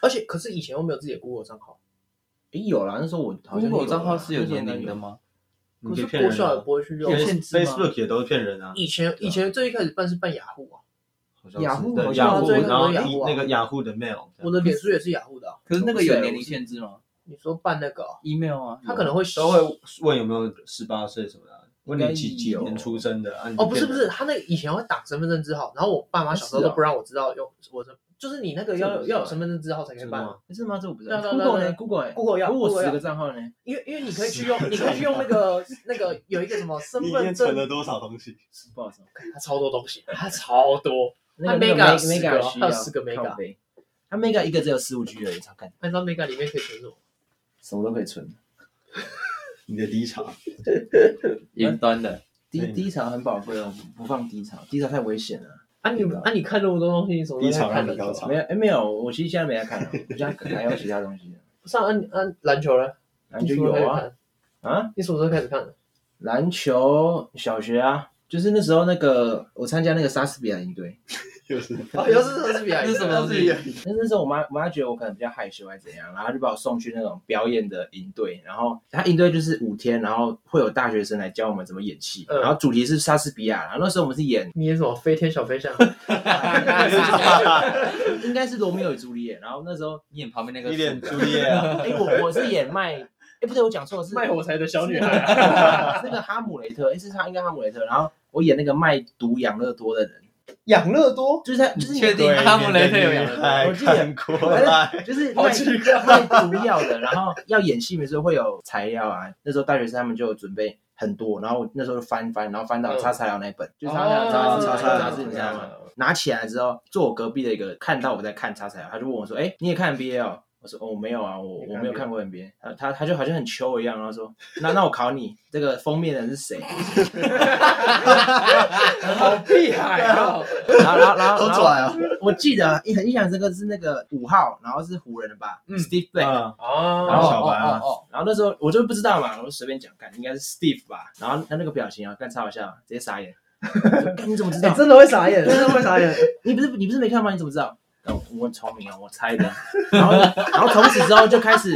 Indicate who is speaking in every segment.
Speaker 1: 而且可是以前又没有自己的 Google 账号，
Speaker 2: 诶，有啦，那时候我好像有
Speaker 3: 啊
Speaker 4: Google 账号是有
Speaker 2: 一
Speaker 4: 年
Speaker 2: 年
Speaker 4: 龄的？吗？
Speaker 1: 可
Speaker 5: 你可以
Speaker 1: 是
Speaker 5: 骗
Speaker 1: 国
Speaker 5: 人
Speaker 1: 小也
Speaker 5: 啊
Speaker 1: 不会去用
Speaker 4: 有
Speaker 1: 啊。
Speaker 4: 限制吗
Speaker 5: ，Facebook 也都是骗人啊。
Speaker 1: 以前以前最一开始办是办雅虎啊，
Speaker 2: 好像是
Speaker 4: 雅虎
Speaker 2: 对
Speaker 4: 好
Speaker 5: 对，
Speaker 4: 像
Speaker 5: 雅
Speaker 1: 我
Speaker 5: 虎，
Speaker 1: 最近
Speaker 5: 然后
Speaker 1: 都是雅虎啊
Speaker 5: 那个雅虎的 mail，
Speaker 1: 我的脸书也是雅虎的啊。
Speaker 4: 可是那个有年龄限制吗
Speaker 1: 你说办那个哦，
Speaker 4: ？email 啊，
Speaker 1: 他可能会
Speaker 5: 都会问有没有十八岁什么的啊，问
Speaker 2: 应
Speaker 5: 你
Speaker 2: 该
Speaker 5: 几几
Speaker 2: 有
Speaker 5: 年出生的啊？你
Speaker 1: 哦，不是
Speaker 5: 骗
Speaker 1: 不是，
Speaker 5: 人，
Speaker 1: 他那个以前会打身份证字号，然后我爸妈小时候
Speaker 2: 是啊
Speaker 1: 都不让我知道用我的，就是你那个
Speaker 2: 这
Speaker 1: 要
Speaker 2: 我不知道
Speaker 1: 要有身份证字号才可以
Speaker 5: 真的
Speaker 1: 办
Speaker 5: 吗
Speaker 1: 啊。
Speaker 4: 是吗？这我不知
Speaker 1: 对啊
Speaker 4: 道。
Speaker 1: 对啊对啊
Speaker 4: Google
Speaker 1: 对啊
Speaker 4: 呢？Google 哎
Speaker 1: Google 啊要
Speaker 4: 如果我
Speaker 1: Google
Speaker 4: 十
Speaker 1: 要
Speaker 4: 个账号呢？
Speaker 1: 因为因为你可以去用，你可以去用那个那个有一个什么身份证，
Speaker 5: 多少东西？
Speaker 4: 不好意思哦，
Speaker 1: 它超多东西，它超多。
Speaker 4: 那个
Speaker 1: 它
Speaker 4: 那
Speaker 1: mega
Speaker 4: 个
Speaker 1: 有十个
Speaker 4: mega 需
Speaker 1: 它
Speaker 4: 要
Speaker 1: 有十个 mega
Speaker 4: 靠背它 mega 一个只有十五 G 而已，超干，
Speaker 1: 按照 mega 里面可以存入，
Speaker 2: 什么都可以存。
Speaker 5: 你的低潮，
Speaker 4: 云端的。低
Speaker 5: 对
Speaker 4: 低潮很宝贵哦，不放低潮，低潮太危险了。
Speaker 1: 啊你
Speaker 2: 对啊
Speaker 1: 啊你看那么多东西，你什么
Speaker 5: 低
Speaker 1: 东西
Speaker 5: 潮
Speaker 1: 看
Speaker 5: 让
Speaker 1: 得
Speaker 5: 你高
Speaker 1: 懂？
Speaker 5: 潮
Speaker 4: 没。有，哎，没有，我其实现在没在看了，我现在可能还有其他东西。
Speaker 1: 上按按篮球了，
Speaker 4: 篮球
Speaker 1: 你什么
Speaker 4: 有
Speaker 1: 时候开
Speaker 4: 啊
Speaker 1: 始看，
Speaker 4: 啊，
Speaker 1: 你什么时候开始看的？
Speaker 4: 篮球小学啊，就是那时候那个我参加那个莎士比亚营队，
Speaker 5: 就是
Speaker 1: 哦，又是莎士比
Speaker 3: 哎
Speaker 1: 亚，
Speaker 4: 那什么东西
Speaker 1: 又是莎士比亚
Speaker 4: 那那时候我妈我妈觉得我可能比较害羞还是怎样，然后就把我送去那种表演的营队，然后她营队就是五天，然后会有大学生来教我们怎么演戏，
Speaker 1: 嗯
Speaker 4: 然后主题是莎士比亚，然后那时候我们是演
Speaker 1: 你演什么飞天小飞侠？
Speaker 4: 应该是罗密欧与朱丽叶，然后那时候
Speaker 3: 你演旁边那个
Speaker 5: 一脸朱丽叶 啊，
Speaker 4: 哎、我我是演麦，哎、不对，我讲错了，是
Speaker 1: 卖火柴的小女孩啊，
Speaker 4: 孩，那个哈姆雷特，哎、是他应该哈姆雷特，然后我演那个卖毒养乐多的人，
Speaker 1: 养乐多，
Speaker 4: 就是他就是
Speaker 3: 你确定
Speaker 5: 对
Speaker 3: 哈姆雷特有
Speaker 5: 面
Speaker 3: 演的
Speaker 5: 对你
Speaker 3: 吗？
Speaker 5: 来
Speaker 4: 我记得
Speaker 5: 看过来，
Speaker 4: 就是
Speaker 1: 好
Speaker 4: 卖
Speaker 1: 奇怪。
Speaker 4: 卖毒药的，然后要演戏的时候会有材料啊。那时候大学生他们就有准备很多，然后我那时候就翻翻，然后翻到
Speaker 1: 嗯
Speaker 4: 擦材料那一本，就
Speaker 1: 哦嗯
Speaker 4: 是擦材料、
Speaker 2: 查
Speaker 4: 擦擦
Speaker 2: 查
Speaker 4: 擦
Speaker 2: 查
Speaker 4: 擦字，你知道吗？？拿起来之后，坐我隔壁的一个看到我在看擦材料，他就问我说：“哎，你也看 NBA 哦？”我说：“哦，我没有啊，我
Speaker 1: 你看
Speaker 4: 我没有
Speaker 1: NBA
Speaker 4: 看过 NBA。”他他他就好像很秋一样，然后说：“那那我考你，这个封面的人是谁
Speaker 1: 好屁孩 啊！？”
Speaker 3: 哦
Speaker 4: 然后然后然后
Speaker 2: 好
Speaker 4: 然后
Speaker 2: 拽哦！
Speaker 4: 我记得啊印很印象深刻是那个五号，然后是湖人的吧
Speaker 1: 嗯
Speaker 4: ，Steve Black。
Speaker 5: 啊，
Speaker 4: 然
Speaker 1: 哦，
Speaker 4: 后
Speaker 5: 小白
Speaker 4: 哦
Speaker 5: 啊
Speaker 4: 哦哦然后那时候我就不知道嘛，我就随便讲，干应该是 Steve 吧。然后他那个表情啊，干超好笑，直接 傻眼。干你怎么知
Speaker 1: 哎
Speaker 4: 道？
Speaker 1: 真的会傻眼，真的会傻眼。
Speaker 4: 你不是你不是没看吗？你怎么知道？干我很聪明啊，我猜的。然后然后从此之后就开始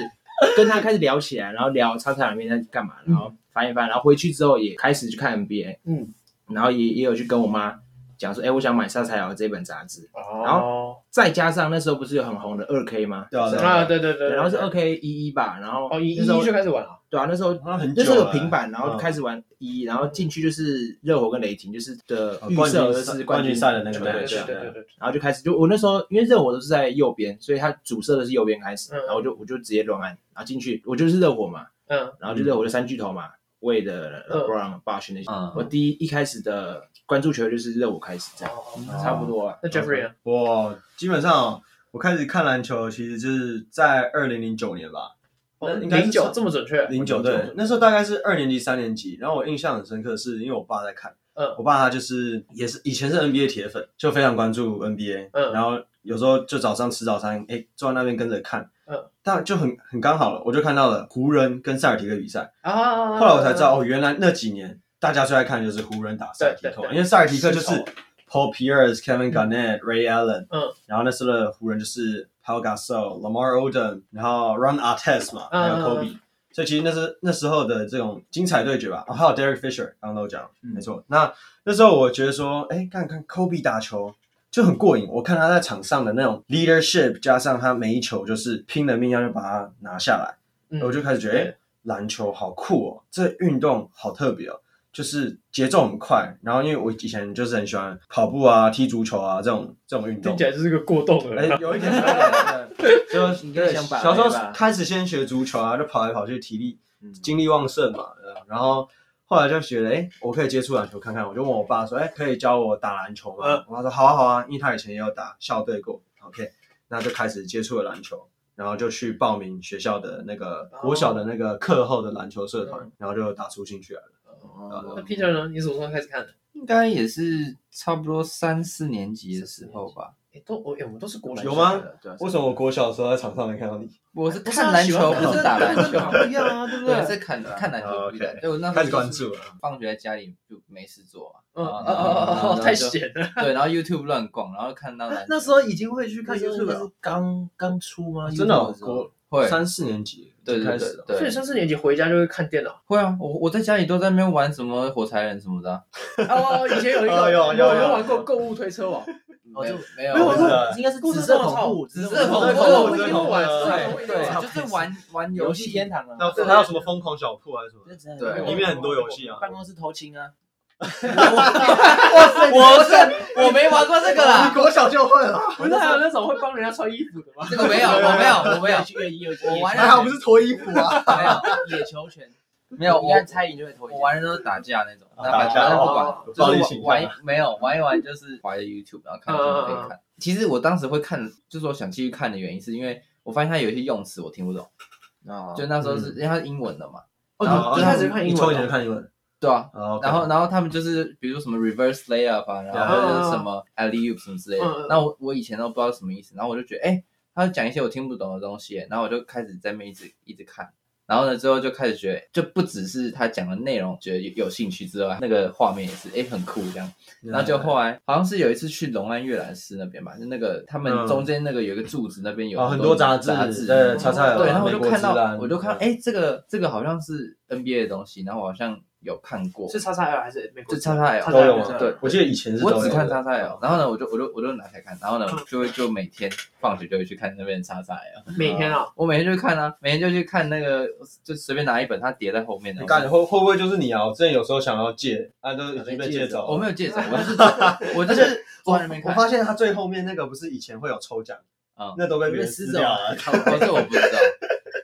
Speaker 4: 跟他开始聊起来，然后聊超场里面在干嘛，然后翻一翻，然后回去之后也开始去看 NBA，
Speaker 1: 嗯，
Speaker 4: 然后也也有去跟我妈讲说，哎，我想买《莎采瑶》这本杂志。
Speaker 1: 哦，
Speaker 4: 再加上那时候不是有很红的二 K 吗？
Speaker 5: 对啊对
Speaker 1: 啊，对对对，对
Speaker 4: 然后是二 K 一一吧，然后
Speaker 1: 哦，一一
Speaker 4: 那时候
Speaker 1: 就开始玩了。
Speaker 4: 对啊，那时候
Speaker 5: 好像很
Speaker 4: 那
Speaker 5: 久
Speaker 4: 时
Speaker 5: 了
Speaker 4: 候有平板，然后
Speaker 5: 嗯
Speaker 4: 开始玩一，然后进去就是热火跟雷霆，就是的
Speaker 5: 哦
Speaker 4: 预
Speaker 5: 冠军
Speaker 4: 设
Speaker 5: 赛
Speaker 4: 是
Speaker 5: 冠军赛的那个
Speaker 1: 对
Speaker 4: 对
Speaker 1: 对
Speaker 4: 对对
Speaker 1: 对
Speaker 4: 对。
Speaker 1: 对对，
Speaker 4: 然后就开始，就我那时候因为热火都是在右边，所以它主射的是右边开始，
Speaker 1: 嗯
Speaker 4: 然后我就我就直接乱按，然后进去我就是热火嘛，
Speaker 1: 嗯，
Speaker 4: 然后就热火就三巨头嘛，魏的
Speaker 1: 嗯
Speaker 4: LeBron、Bosh 那些。
Speaker 3: 嗯
Speaker 4: 我第一一开始的关注球就是热火开始这样，
Speaker 1: 哦
Speaker 4: 差不多啊。
Speaker 1: 那 Jeffrey 呢？
Speaker 5: 我基本上我开始看篮球，其实就是在二零零九年吧，
Speaker 1: 哦
Speaker 5: 应该是
Speaker 1: 零九这么准确，
Speaker 5: 零九对，那时候大概是二年级、三年级。然后我印象很深刻，是因为我爸在看，
Speaker 1: 嗯
Speaker 5: 我爸他就是也是以前是 NBA 铁粉，就非常关注 NBA，
Speaker 1: 嗯
Speaker 5: 然后有时候就早上吃早餐，哎，坐在那边跟着看，
Speaker 1: 嗯，
Speaker 5: 但就很很刚好了，我就看到了湖人跟塞尔提克比赛，
Speaker 1: 啊。
Speaker 5: 后来我才知道，哦，原来那几年大家最爱看就是湖人打塞尔提
Speaker 1: 对对
Speaker 5: 克，
Speaker 1: 对
Speaker 5: 因为塞尔提克就是
Speaker 1: 是潮
Speaker 5: Paul Pierce、Kevin Garnett、Ray Allen，
Speaker 1: 嗯，
Speaker 5: 然后那时候的湖人就是 Paul Gasol、Lamar Odom，然后 Ron Artest 嘛，还有
Speaker 1: 嗯嗯
Speaker 5: Kobe，、所以其实那是那时候的这种精彩对决吧。哦、还有 Derek Fisher，刚刚都讲了，
Speaker 1: 嗯
Speaker 5: 没错。那那时候我觉得说，哎，看看 Kobe 打球。就很过瘾，我看他在场上的那种 leadership，加上他每一球就是拼了命要去把它拿下来，
Speaker 1: 嗯
Speaker 5: 我就开始觉得，哎、
Speaker 1: 对
Speaker 5: 篮球好酷哦，这运动好特别哦，就是节奏很快。然后因为我以前就是很喜欢跑步啊、踢足球啊这种这种运动
Speaker 1: 听起，来就是个过动的
Speaker 5: 哎、
Speaker 1: 人啊。
Speaker 5: 有一点，有一 点对就
Speaker 4: 应该想把
Speaker 5: 小时
Speaker 4: 对
Speaker 5: 候
Speaker 4: 吧
Speaker 5: 开始先学足球啊，就跑来跑去，体力
Speaker 4: 嗯
Speaker 5: 精力旺盛嘛，对吧然后。后来就觉得，哎、我可以接触篮球看看，我就问我爸说，哎、可以教我打篮球吗？
Speaker 1: 嗯
Speaker 5: 我爸说，好啊好啊，因为他以前也有打校队过，OK，那就开始接触了篮球。然后就去报名学校的那个国小的那个课后的篮球社团，然后就打出兴趣来了。哦
Speaker 1: 那 Peter 呢？你什么时候开始看的？
Speaker 3: 应该也是差不多三四年级的时候吧。
Speaker 1: 哎，都我哎，我们都是国
Speaker 5: 有
Speaker 1: 篮
Speaker 5: 吗
Speaker 1: 小孩的？
Speaker 4: 对啊，
Speaker 5: 为什么我国小的时候在场上没看到你？
Speaker 3: 我是
Speaker 1: 不是啊
Speaker 3: 看篮
Speaker 1: 喜
Speaker 3: 球，
Speaker 1: 欢
Speaker 3: 哎不是
Speaker 1: 看
Speaker 3: 打篮
Speaker 1: 跟
Speaker 3: 球
Speaker 1: 跟。不一样啊，对不
Speaker 3: 对，哦
Speaker 1: 对？
Speaker 3: 是看看篮球比赛，
Speaker 5: OK
Speaker 3: 对我那时候
Speaker 5: 开
Speaker 3: 就
Speaker 5: 始
Speaker 3: 是
Speaker 5: 关注了。
Speaker 3: 放学在家里就没事做嘛，
Speaker 1: 嗯
Speaker 3: 啊然
Speaker 1: 哦
Speaker 3: 后然后
Speaker 1: 哦哦，太闲了。
Speaker 3: 对，然后 YouTube 乱逛，然后看到篮球
Speaker 1: 那时候已经会去看
Speaker 4: 那时候
Speaker 1: YouTube
Speaker 4: 应该是
Speaker 1: 了，
Speaker 4: 刚刚出吗？
Speaker 5: 真的哦
Speaker 4: YouTube 时候
Speaker 5: 国
Speaker 3: 会
Speaker 5: 三四年级
Speaker 3: 对对
Speaker 5: 就开
Speaker 3: 对
Speaker 5: 始了。
Speaker 1: 所以
Speaker 3: 对，
Speaker 1: 三四年级回家就会看电脑。
Speaker 3: 会啊，我我在家里都在那边玩什么火柴人什么的啊，
Speaker 1: 哦，以前有一个，
Speaker 5: 哦有
Speaker 1: 我
Speaker 5: 有有
Speaker 1: 玩过购物推车王，
Speaker 4: 哦
Speaker 3: 没
Speaker 4: 就
Speaker 3: 没
Speaker 1: 没有
Speaker 3: 有
Speaker 1: 我
Speaker 5: 我
Speaker 1: 说
Speaker 5: 真的
Speaker 4: 应该是
Speaker 1: 故事
Speaker 4: 紫色
Speaker 1: 超
Speaker 4: 恐怖，
Speaker 3: 紫色恐怖
Speaker 1: 我
Speaker 5: 我
Speaker 1: 我
Speaker 5: 真
Speaker 1: 一
Speaker 5: 的
Speaker 1: 定玩，
Speaker 5: 好玩
Speaker 1: 我一定玩。
Speaker 4: 啊
Speaker 3: 对，就是玩玩
Speaker 4: 游
Speaker 3: 游
Speaker 4: 戏
Speaker 3: 戏
Speaker 4: 天堂啊，
Speaker 5: 那还有什么疯狂小铺还是什么？
Speaker 3: 对
Speaker 5: 里面很多游戏啊
Speaker 4: 办公室偷情啊，
Speaker 3: 我是我没玩过 这个啦，
Speaker 5: 国小就会了，
Speaker 1: 不是还有那种会帮人家穿衣服的吗？
Speaker 3: 这个 没有，我没有，我没有，
Speaker 4: 去越野，
Speaker 3: 我玩
Speaker 5: 还好不是脱衣服啊。
Speaker 3: 没有
Speaker 4: 野球拳，
Speaker 3: 没有，
Speaker 4: 应
Speaker 3: 我
Speaker 4: 该猜赢就会投一
Speaker 3: 我玩的都是啊打架那种，那
Speaker 5: 打
Speaker 3: 反
Speaker 5: 架
Speaker 3: 正不
Speaker 1: 哦
Speaker 3: 管，
Speaker 5: 暴力
Speaker 3: 就是
Speaker 5: 倾向
Speaker 3: 玩玩没有玩一玩就是玩 YouTube，然后看什么可以看。其实我当时会看，就是我想继续看的原因，是因为我发现它有一些用词我听不懂，
Speaker 4: 啊，
Speaker 3: 就那时候是因为它是英文的嘛，
Speaker 1: 哦，你一开始看英
Speaker 5: 从以
Speaker 1: 文
Speaker 5: 前
Speaker 1: 的，
Speaker 5: 看英文，哦
Speaker 3: 对啊，然
Speaker 5: 然
Speaker 3: 后然后他们就是比如说什么 reverse layup 啊，然后或者是什么 alley oop 什么之类
Speaker 1: 嗯嗯嗯
Speaker 3: 的。那我我以前都不知道什么意思，然后我就觉得哎，诶他讲一些我听不懂的东西，然后我就开始在那边一直一直看。然后呢，之后就开始觉得，就不只是他讲的内容觉得有有兴趣之外，那个画面也是哎很酷这样。
Speaker 5: 啊
Speaker 3: 然后就后来好像是有一次去龙安阅览室那边吧，就那个他们
Speaker 5: 嗯
Speaker 3: 中间那个有一个柱子那边有
Speaker 5: 哦很多杂
Speaker 3: 杂
Speaker 5: 志，
Speaker 3: 志
Speaker 5: 对，查查
Speaker 3: 对，
Speaker 5: 有
Speaker 3: 然后我
Speaker 5: 美
Speaker 3: 就
Speaker 5: 国
Speaker 3: 看
Speaker 5: 之
Speaker 3: 到，
Speaker 5: 蓝
Speaker 3: 我就看，哎，这个这个好像是 NBA 的东西，然后我好像有看过，
Speaker 1: 是叉叉 L 还是美国？
Speaker 3: 就叉叉 L
Speaker 5: 都有
Speaker 1: 叉叉 L
Speaker 5: 吗？
Speaker 3: 对
Speaker 5: 我记得以前是都有嗯
Speaker 3: 我只看叉叉 L，然后呢，我就我就我就拿开看，然后呢，就会就每天放学就会去看那边的叉叉 L，
Speaker 1: 每天啊，
Speaker 3: 我每天就去看啊，每天就去看那个，就随便拿一本，它叠在后面的
Speaker 5: 你。感觉会会不会就是你啊？我之前有时候想要借，啊，都已经被借走了。
Speaker 3: 我没有借走，我就是 我就是坐在那边
Speaker 5: 我
Speaker 3: 看。
Speaker 5: 发现他最后面那个不是以前会有抽奖，
Speaker 3: 嗯
Speaker 5: 那都被别人撕掉了。
Speaker 3: 哦，这我不知道，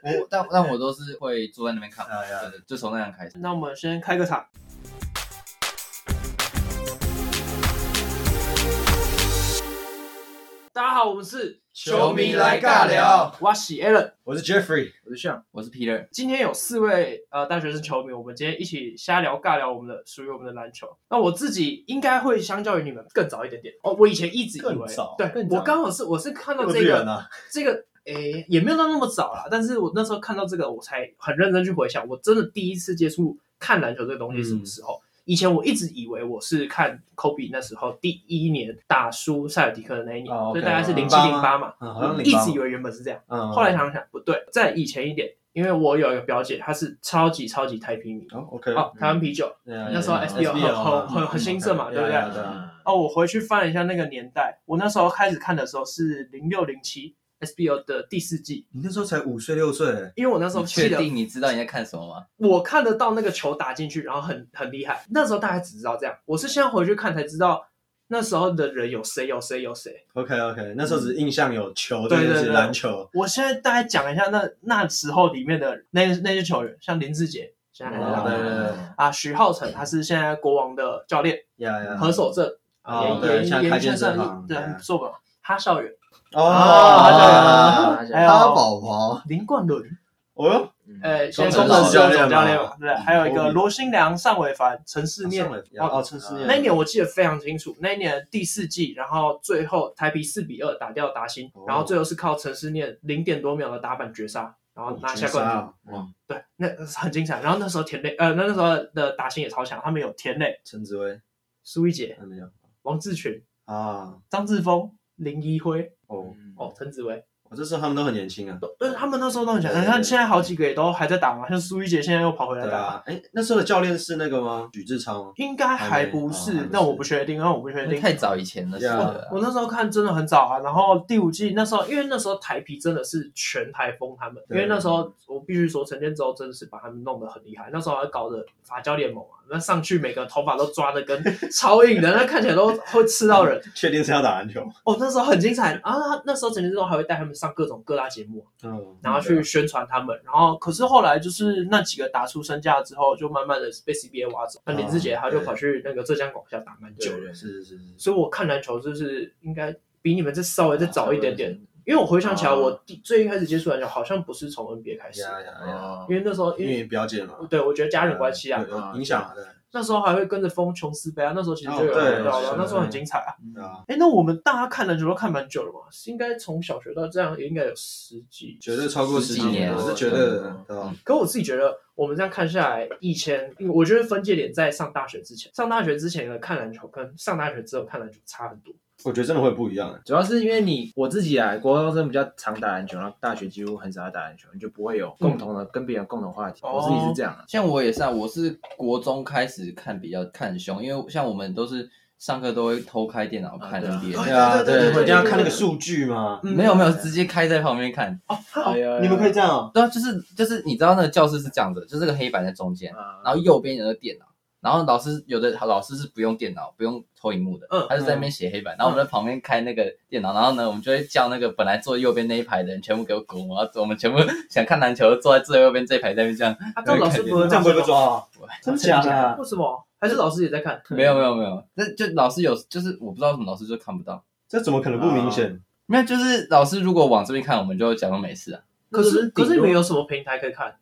Speaker 3: 我但但我都是会坐在那边看，
Speaker 5: 哎呀
Speaker 3: 对对，就从那样开始。
Speaker 1: 那我们先开个场。大家好，我们是
Speaker 5: 球迷来尬聊，
Speaker 1: 我是 Allen。
Speaker 5: 我是 Jeffrey，
Speaker 4: 我就像
Speaker 3: 我是 Peter，
Speaker 1: 今天有四位呃大学生球迷，我们今天一起瞎聊尬聊我们的属于我们的篮球。那我自己应该会相较于你们更早一点点哦，我以前一直以为
Speaker 5: 更早，
Speaker 1: 对
Speaker 4: 更早
Speaker 1: 我刚好是我是看到
Speaker 5: 幼
Speaker 1: 这
Speaker 5: 稚
Speaker 1: 个
Speaker 5: 园啊，
Speaker 1: 这个诶也没有到那么早啦，但是我那时候看到这个，我才很认真去回想，我真的第一次接触看篮球这个东西是什么时候？
Speaker 5: 嗯
Speaker 1: 以前我一直以为我是看 Kobe 那时候第一年打输塞尔迪克的那一年，所
Speaker 5: 哦，OK，
Speaker 1: 以大概是
Speaker 5: 嗯
Speaker 1: 零七
Speaker 5: 08
Speaker 1: 零八嘛，
Speaker 5: 嗯，好像
Speaker 1: 一
Speaker 5: 零八
Speaker 1: 直以，为原本是这样，
Speaker 5: 嗯，
Speaker 1: 后来想想不对，在以前一点，因为我有一个表姐，她是超级超级台啤迷，
Speaker 5: 哦，OK，
Speaker 1: 哦，台湾啤酒，那时候 SBL 很
Speaker 5: 嗯
Speaker 1: 很很兴盛嘛对不对
Speaker 5: 对啊，
Speaker 1: 哦，我回去翻了一下那个年代，我那时候开始看的时候是零六零七 SBL 的第四季，
Speaker 5: 你那时候才五岁六岁，
Speaker 1: 因为我那时候
Speaker 3: 你
Speaker 1: 记
Speaker 3: 确
Speaker 1: 得
Speaker 3: 定你知道你在看什么吗？
Speaker 1: 我看得到那个球打进去，然后很很厉害。那时候大家只知道这样，我是现在回去看才知道那时候的人有谁有谁有谁。
Speaker 5: OK OK，那时候只印象有球这件事，篮球，
Speaker 1: 我现在大概讲一下那那时候里面的那那些球员，像林志杰现在还在
Speaker 5: 哦
Speaker 1: 打、
Speaker 5: 对对对
Speaker 1: 啊，徐浩辰他是现在国王的教练，
Speaker 5: 呀呀，
Speaker 1: 何守正
Speaker 5: 哦
Speaker 1: 也
Speaker 5: 对
Speaker 1: 也
Speaker 5: 现在
Speaker 1: 也
Speaker 5: 开
Speaker 1: 现
Speaker 5: 健身
Speaker 1: 在
Speaker 5: 房
Speaker 1: 对
Speaker 5: 对
Speaker 1: 做吧，哈校园
Speaker 5: 哦，
Speaker 4: 大家
Speaker 1: 还
Speaker 5: 他
Speaker 1: 有
Speaker 5: 宝宝，
Speaker 1: 林冠伦，
Speaker 5: 哦哟，
Speaker 1: 呃，现在
Speaker 5: 工
Speaker 1: 工
Speaker 5: 程
Speaker 1: 程
Speaker 5: 师
Speaker 1: 师的
Speaker 5: 教练嘛
Speaker 1: 总教练嘛，对，还有一个
Speaker 5: 嗯
Speaker 1: 罗新良、尚伟凡、陈世念，
Speaker 5: 哦，陈思念，
Speaker 1: 那一年我记得非常清楚，那一年第四季，然后最后台啤四比二打掉达兴，
Speaker 5: 哦
Speaker 1: 然后最后是靠陈思念零点多秒的打板绝杀，然
Speaker 5: 哦
Speaker 1: 后拿下冠军。
Speaker 5: 军，哇，
Speaker 1: 对，那很精彩。然后那时候田磊，呃，那那时候的达兴也超强，他们有田磊、
Speaker 5: 陈子威
Speaker 1: 苏一杰、
Speaker 5: 还没有
Speaker 1: 王志群、
Speaker 5: 啊，
Speaker 1: 张志峰、林一辉、
Speaker 5: 哦，
Speaker 3: 嗯
Speaker 1: 哦，陈子威，
Speaker 5: 我这时候他们都很年轻啊，
Speaker 1: 都呃，他们那时候都很强。
Speaker 5: 对
Speaker 1: 你
Speaker 5: 对
Speaker 1: 看现在好几个也都还在打嘛，像苏一杰现在又跑回来
Speaker 5: 对
Speaker 1: 打。
Speaker 5: 啊，哎，那时候的教练是那个吗？许志昌吗？
Speaker 1: 应该还不
Speaker 5: 还没哦还
Speaker 1: 是
Speaker 5: 不，是
Speaker 1: 但我不确定，但我不确定。
Speaker 3: 太早以前的事了啊
Speaker 1: 我那时候看真的很早啊，然后第五季那时候，因为那时候台皮真的是全台风他们，因
Speaker 5: 对
Speaker 1: 为那时候我必须说陈建州真的是把他们弄得很厉害，那时候还搞得法教联盟啊，那上去每个头发都抓的跟超硬的，那看起来都会刺到人。
Speaker 5: 确定是要打篮球？
Speaker 1: 哦，那时候很精彩啊，那时候陈建州还会带他们上各种各大节目，啊
Speaker 5: 嗯，
Speaker 1: 然后去宣传他们，然后可是后来就是那几个打出身价之后，就慢慢的被 CBA 挖走，那林志杰他就跑去那个浙江广厦
Speaker 5: 哦
Speaker 1: 打蛮久的。
Speaker 5: 是是是是，
Speaker 1: 所以我看篮球就是应该比你们再稍微再早一点点，因为我回想起来，
Speaker 3: 哦
Speaker 1: 我第最一开始接触篮球好像不是从 NBA 开始，
Speaker 5: 呀
Speaker 4: 哎
Speaker 5: 呀呀，
Speaker 3: 哦
Speaker 1: 因为那时啊候因
Speaker 5: 因
Speaker 1: 为
Speaker 5: 为表姐嘛，
Speaker 1: 对我觉得家人关系啊
Speaker 5: 有，有影响啊，对
Speaker 1: 那时候还会跟着风琼斯杯啊，那时候其实就有
Speaker 5: 哦对
Speaker 1: 对啊
Speaker 5: 是
Speaker 1: 那时候很精彩啊。
Speaker 5: 对啊，
Speaker 1: 哎，那我们大家看篮球都看蛮久了嘛，是应该从小学到这样也应该有十几。
Speaker 5: 绝对超过
Speaker 3: 十
Speaker 5: 十
Speaker 3: 几
Speaker 5: 几
Speaker 3: 年
Speaker 5: 年，我是绝对的，对吧？
Speaker 1: 可我自己觉得，我们这样看下来，以前因为我觉得分界点在上大学之前，上大学之前的看篮球跟上大学之后看篮球差很多。
Speaker 5: 我觉得真的会不一样欸，
Speaker 4: 主要是因为你我自己啊，国高中生比较常打篮球，然后大学几乎很少打篮球，你就不会有共同的、跟别人有共同话题。
Speaker 1: 哦
Speaker 4: 我自己是这样啊，
Speaker 3: 像我也是啊，我是国中开始看比较看凶，因为像我们都是上课都会偷开电脑看
Speaker 4: 啊对啊
Speaker 3: NBA，、
Speaker 4: 对
Speaker 5: 啊，对，
Speaker 4: 对
Speaker 5: 一定要看那个数据嘛，
Speaker 1: 嗯
Speaker 3: 没有没有直接开在旁边看。
Speaker 4: 哎呀
Speaker 5: 你们可以这样哦，
Speaker 3: 对啊，就是就是你知道那个教室是这样子，就是个黑板在中间，然
Speaker 4: 啊，
Speaker 3: 后右边有个电脑，然后老师有的老师是不用电脑，不用投影幕的，
Speaker 1: 嗯
Speaker 3: 他就在那边写黑板，然后我们在旁边开那个电脑，然后呢，我们就会叫那个本来坐右边那一排的人全部给我滚，然后我们全部 想看篮球的坐在最右边这一排在那边这样，
Speaker 1: 啊，这样老师不会
Speaker 5: 这样不会被抓啊？真假的？
Speaker 1: 为什么？还是老师也在看？
Speaker 3: 没有没有没有，那就老师有就是我不知道为什么老师就看不到，
Speaker 5: 这怎么可能不明显？
Speaker 3: 没有就是老师如果往这边看，我们就假装没事啊。
Speaker 1: 可是
Speaker 4: 顶
Speaker 1: 可
Speaker 4: 多
Speaker 1: 是你们有什么平台可以看？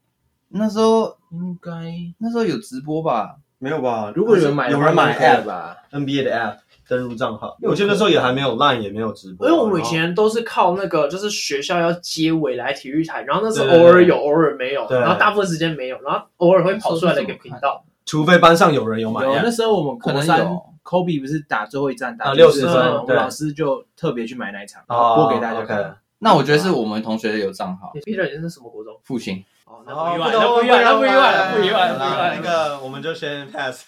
Speaker 3: 那时候
Speaker 4: 应该
Speaker 3: 那时候有直播吧？
Speaker 5: 没有吧？
Speaker 4: 如果有人买，啊
Speaker 5: 有人买
Speaker 4: 应该吧？
Speaker 5: NBA 的 App 登录账号，因为哎我记得那时候也还没有 Line，也没有直
Speaker 1: 因
Speaker 5: 播，
Speaker 1: 为我们以
Speaker 5: 然
Speaker 1: 前都是靠那个，就是学校要接未来体育台，然后那是
Speaker 5: 对对
Speaker 1: 偶尔
Speaker 5: 对
Speaker 1: 有，偶尔没有，
Speaker 5: 对
Speaker 1: 然后大部分时间没有，然后偶尔会跑出来的一个频道。
Speaker 5: 后除非班上有人有买
Speaker 4: 有
Speaker 5: App，
Speaker 4: 那时候我们
Speaker 3: 可
Speaker 4: 国
Speaker 3: 能
Speaker 4: 三
Speaker 3: 有
Speaker 4: ，Kobe 不是打最后一战打
Speaker 5: 啊
Speaker 4: 90
Speaker 5: 60
Speaker 1: 分
Speaker 4: 我
Speaker 5: 对
Speaker 4: 们老师就特别去买那一场，然
Speaker 5: 哦
Speaker 4: 后播给大家看
Speaker 5: OK。
Speaker 3: 那我觉得是我们同学有账号，
Speaker 1: 你 Peter 你是什么国中？
Speaker 3: 父亲。
Speaker 1: 哦，那
Speaker 5: 哦
Speaker 1: 不意外，那不意外，那不意外，那不意外，那
Speaker 5: 好
Speaker 1: 不意
Speaker 5: 啦
Speaker 1: 外。
Speaker 5: 那个我们就先 pass。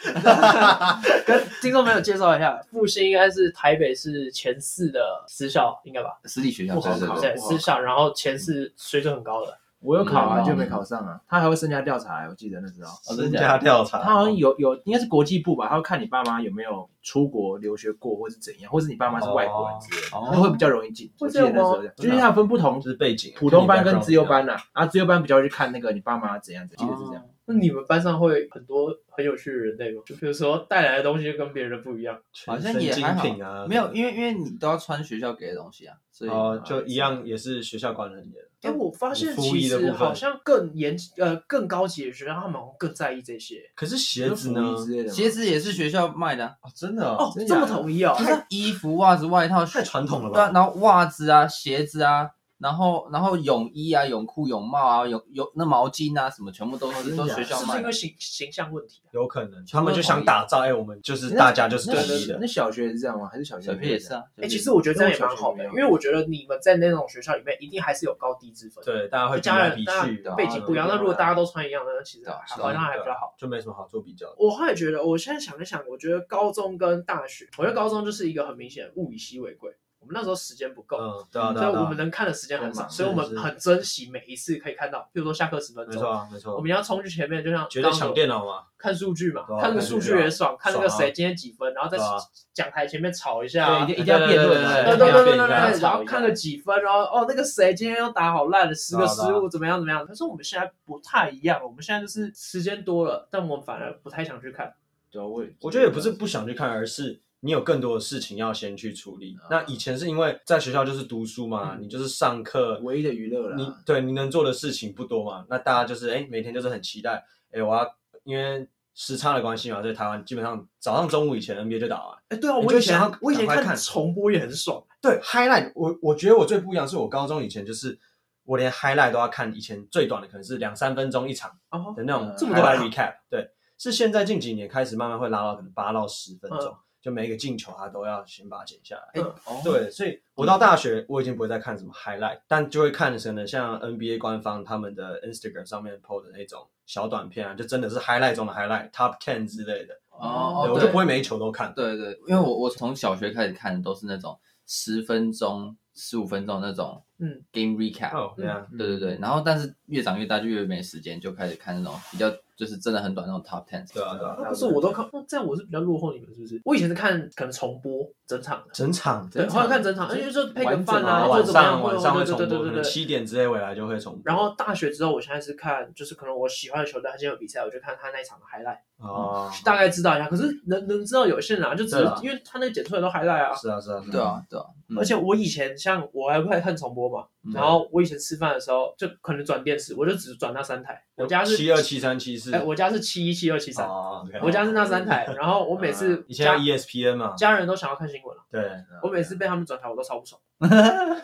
Speaker 1: 跟听众朋友介绍一下，复兴应该是台北市前四的私校，应该吧？
Speaker 3: 私立学校，
Speaker 4: 不好
Speaker 3: 对对
Speaker 4: 考
Speaker 3: 对，
Speaker 1: 对，私校，然后前四水准很高的。
Speaker 4: 我有考啊，
Speaker 5: 哦
Speaker 3: 嗯
Speaker 4: 就没考上啊。他还会身家调查，我记得那时候。
Speaker 3: 哦
Speaker 5: 增
Speaker 3: 真的假
Speaker 5: 加
Speaker 3: 的
Speaker 5: 调查，
Speaker 4: 他好像有有，应该是国际部吧，他会看你爸妈有没有出国留学过，或是怎样，或是你爸妈是外国人之类的，
Speaker 3: 哦
Speaker 4: 那会比较容易进。
Speaker 1: 会
Speaker 4: 我
Speaker 1: 这
Speaker 4: 记
Speaker 1: 样
Speaker 4: 得
Speaker 1: 吗
Speaker 4: 那时候这样，就是它有分不同
Speaker 5: 就是背景，啊
Speaker 4: 普通班
Speaker 5: 看
Speaker 4: 跟
Speaker 5: 你
Speaker 4: 自由班呐、啊，然后自由班比较去看那个你爸妈怎样，怎样，记得是这样。
Speaker 1: 哦那你们班上会很多很有趣的人类吗？就比如说带来的东西就跟别人的不一样。
Speaker 3: 好
Speaker 5: background
Speaker 3: 像也
Speaker 5: 全
Speaker 3: 还
Speaker 5: 身
Speaker 3: 好
Speaker 5: 精品啊，
Speaker 3: 没有，因为因为你都要穿学校给的东西啊，所以
Speaker 5: 哦，就一样也是学校管得很严。
Speaker 1: 哎，我发现
Speaker 5: 服务
Speaker 1: 其
Speaker 5: 役的部
Speaker 1: 实
Speaker 5: 分
Speaker 1: 好像更严呃更高级的学校，他们好像更在意这些。
Speaker 5: 可是鞋子呢？
Speaker 4: 服役之类的吗
Speaker 3: 鞋子也是学校卖的啊，
Speaker 5: 哦，真的
Speaker 1: 哦
Speaker 5: 哦，，
Speaker 4: 真
Speaker 1: 这
Speaker 4: 假的
Speaker 1: 么统一哦
Speaker 3: 就。是衣服、袜子、外套，
Speaker 5: 太传统了
Speaker 3: 对啊，
Speaker 5: 吧？
Speaker 3: 然后袜子啊、鞋子啊，然后然后泳衣啊、泳裤、泳帽啊、泳泳那毛巾啊，什么全部都是
Speaker 4: 真
Speaker 3: 都
Speaker 4: 的假
Speaker 3: 学
Speaker 4: 的
Speaker 3: 校
Speaker 1: 是不
Speaker 3: 卖
Speaker 1: 是因
Speaker 3: 的
Speaker 1: 为。形形象问题啊？
Speaker 5: 有可能他们就想打造，哎，我们就是
Speaker 4: 那
Speaker 5: 大家就是
Speaker 4: 那
Speaker 5: 统
Speaker 1: 对
Speaker 5: 一
Speaker 1: 对
Speaker 5: 的
Speaker 4: 那。小学也是这样吗？还是小学？
Speaker 3: 小学也是。啊，
Speaker 1: 哎、其实我觉得这样也蛮好的，因
Speaker 4: 那我小学没有
Speaker 1: 为我觉得你们在那种学校里面，一定还是有高低之分，，
Speaker 5: 对，大家会比
Speaker 1: 家
Speaker 5: 来
Speaker 1: 人
Speaker 5: 比
Speaker 1: 大
Speaker 5: 去，
Speaker 1: 家背景不一样。那如果大家都穿一样的，那其实
Speaker 3: 对啊
Speaker 1: 好像还比较好。
Speaker 5: 就没什么好做比较的。
Speaker 1: 我后来觉得，我现在想一想，我觉得高中跟大学，我觉得高中就是一个很明显的物以稀为贵。我们那时候时间不够，
Speaker 5: 嗯，对啊，
Speaker 1: 所
Speaker 5: 对
Speaker 1: 以
Speaker 5: 啊，
Speaker 1: 我
Speaker 5: 对
Speaker 1: 们
Speaker 5: 啊
Speaker 1: 能看的时间很少，
Speaker 4: 对啊
Speaker 1: 所以我
Speaker 5: 是
Speaker 1: 们
Speaker 5: 是
Speaker 1: 很珍惜每一次可以看到，比如说下课十分
Speaker 5: 没错
Speaker 1: 钟，
Speaker 5: 啊，没
Speaker 1: 我
Speaker 5: 错，
Speaker 1: 们要冲去前面，就像
Speaker 5: 绝对
Speaker 1: 刚刚
Speaker 5: 抢
Speaker 1: 有
Speaker 5: 电脑嘛。
Speaker 1: 看数据嘛
Speaker 5: 对，啊
Speaker 1: 看那个数据也爽，看那个
Speaker 5: 爽啊
Speaker 1: 谁今天几分，然后在
Speaker 5: 对啊
Speaker 1: 讲台前面吵一下啊，
Speaker 4: 对，一定一定要辩论啊，
Speaker 1: 对对
Speaker 5: 对对
Speaker 1: 对对
Speaker 5: 对对
Speaker 1: 对
Speaker 5: 对
Speaker 1: 对，
Speaker 5: 对
Speaker 1: 然后看个几分，然后哦，那个谁今天又打好烂了，十个
Speaker 5: 对啊对啊
Speaker 1: 失误怎么样怎么样？可是我们现在不太一样了，我们现在就是时间多了，但我们反而不太想去看。
Speaker 4: 对，啊我
Speaker 5: 我觉得也不是不想去看，而是你有更多的事情要先去处理。那以前是因为在学校就是读书嘛，你就是上课，
Speaker 4: 唯一的娱乐
Speaker 5: 你
Speaker 4: 了。
Speaker 5: 对你能做的事情不多嘛。那大家就是哎、每天就是很期待，哎、我要因为时差的关系嘛，所以台湾基本上早上、中午以前 NBA 就打完。
Speaker 1: 哎，对啊，
Speaker 5: 你
Speaker 1: 我
Speaker 5: 就
Speaker 1: 以前
Speaker 5: 想要
Speaker 1: 我以前
Speaker 5: 赶快
Speaker 1: 看
Speaker 5: 看
Speaker 1: 重播也很爽，
Speaker 5: 对 highlight，我我觉得我最不一样是我高中以前就是我连 highlight 都要看，以前最短的可能是两三分钟一场
Speaker 1: 哦
Speaker 5: 的那种
Speaker 4: 嗯
Speaker 1: 这么短啊
Speaker 5: highlight recap，对，是现在近几年开始慢慢会拉到可能八到十分钟，就每一个进球他都要先把它剪下来。
Speaker 3: 哎
Speaker 1: 嗯
Speaker 3: 哦，
Speaker 5: 对，所以我到大学我已经不会再看什么 highlight，但就会看可能像 NBA 官方他们的 Instagram 上面 PO 的那种小短片啊，就真的是 highlight 中的 highlight，top ten 之类的，
Speaker 3: 哦，对
Speaker 5: 对我就不会每一球都看。
Speaker 3: 对对，因为我我从小学开始看的都是那种十分钟、十五分钟那种
Speaker 1: 嗯
Speaker 3: game recap，
Speaker 5: 哦，对啊，
Speaker 3: 对对对，然后但是越长越大就越没时间，就开始看那种比较就是真的很短那种 top ten。
Speaker 5: 对啊，对啊。
Speaker 1: 那不是我都看，那这样我是比较落后你们是不是？我以前是看可能重播，整场的。
Speaker 5: 整场
Speaker 1: 对，后来看整场，因为就配个饭啊，或
Speaker 5: 晚
Speaker 1: 者怎么
Speaker 5: 上
Speaker 1: 样，
Speaker 5: 晚上
Speaker 1: 会
Speaker 5: 会
Speaker 1: 对
Speaker 5: 重
Speaker 1: 对
Speaker 5: 播，
Speaker 1: 对
Speaker 5: 可
Speaker 1: 对
Speaker 5: 能
Speaker 1: 对。
Speaker 5: 七点之类回来就会重播。
Speaker 1: 然后大学之后，我现在是看，就是可能我喜欢的球队他今天有比赛，我就看他那一场的 highlight，
Speaker 5: 哦，
Speaker 1: 大概知道一下。可是能能知道有限啊，就只是
Speaker 5: 对啊
Speaker 1: 因为他那个剪出来都 highlight 啊。
Speaker 5: 是啊是啊，是
Speaker 3: 对，啊对啊，嗯
Speaker 1: 而且我以前像我还会看重播嘛，
Speaker 3: 嗯
Speaker 1: 然
Speaker 5: 哦
Speaker 1: 后我以前吃饭的时候就可能转电视，我就只转那三台。我家是
Speaker 5: 七二，七三七四
Speaker 1: 哎，，我家是七一、七二、七三，
Speaker 5: 哦，OK 嗯
Speaker 1: 我家是那三台。然后我每次
Speaker 5: 以前有 E
Speaker 1: 家
Speaker 5: ESPN 嘛，嗯
Speaker 1: 家人都想要看新闻了，
Speaker 5: 对，
Speaker 1: 我每次被他们转台我都超不 爽，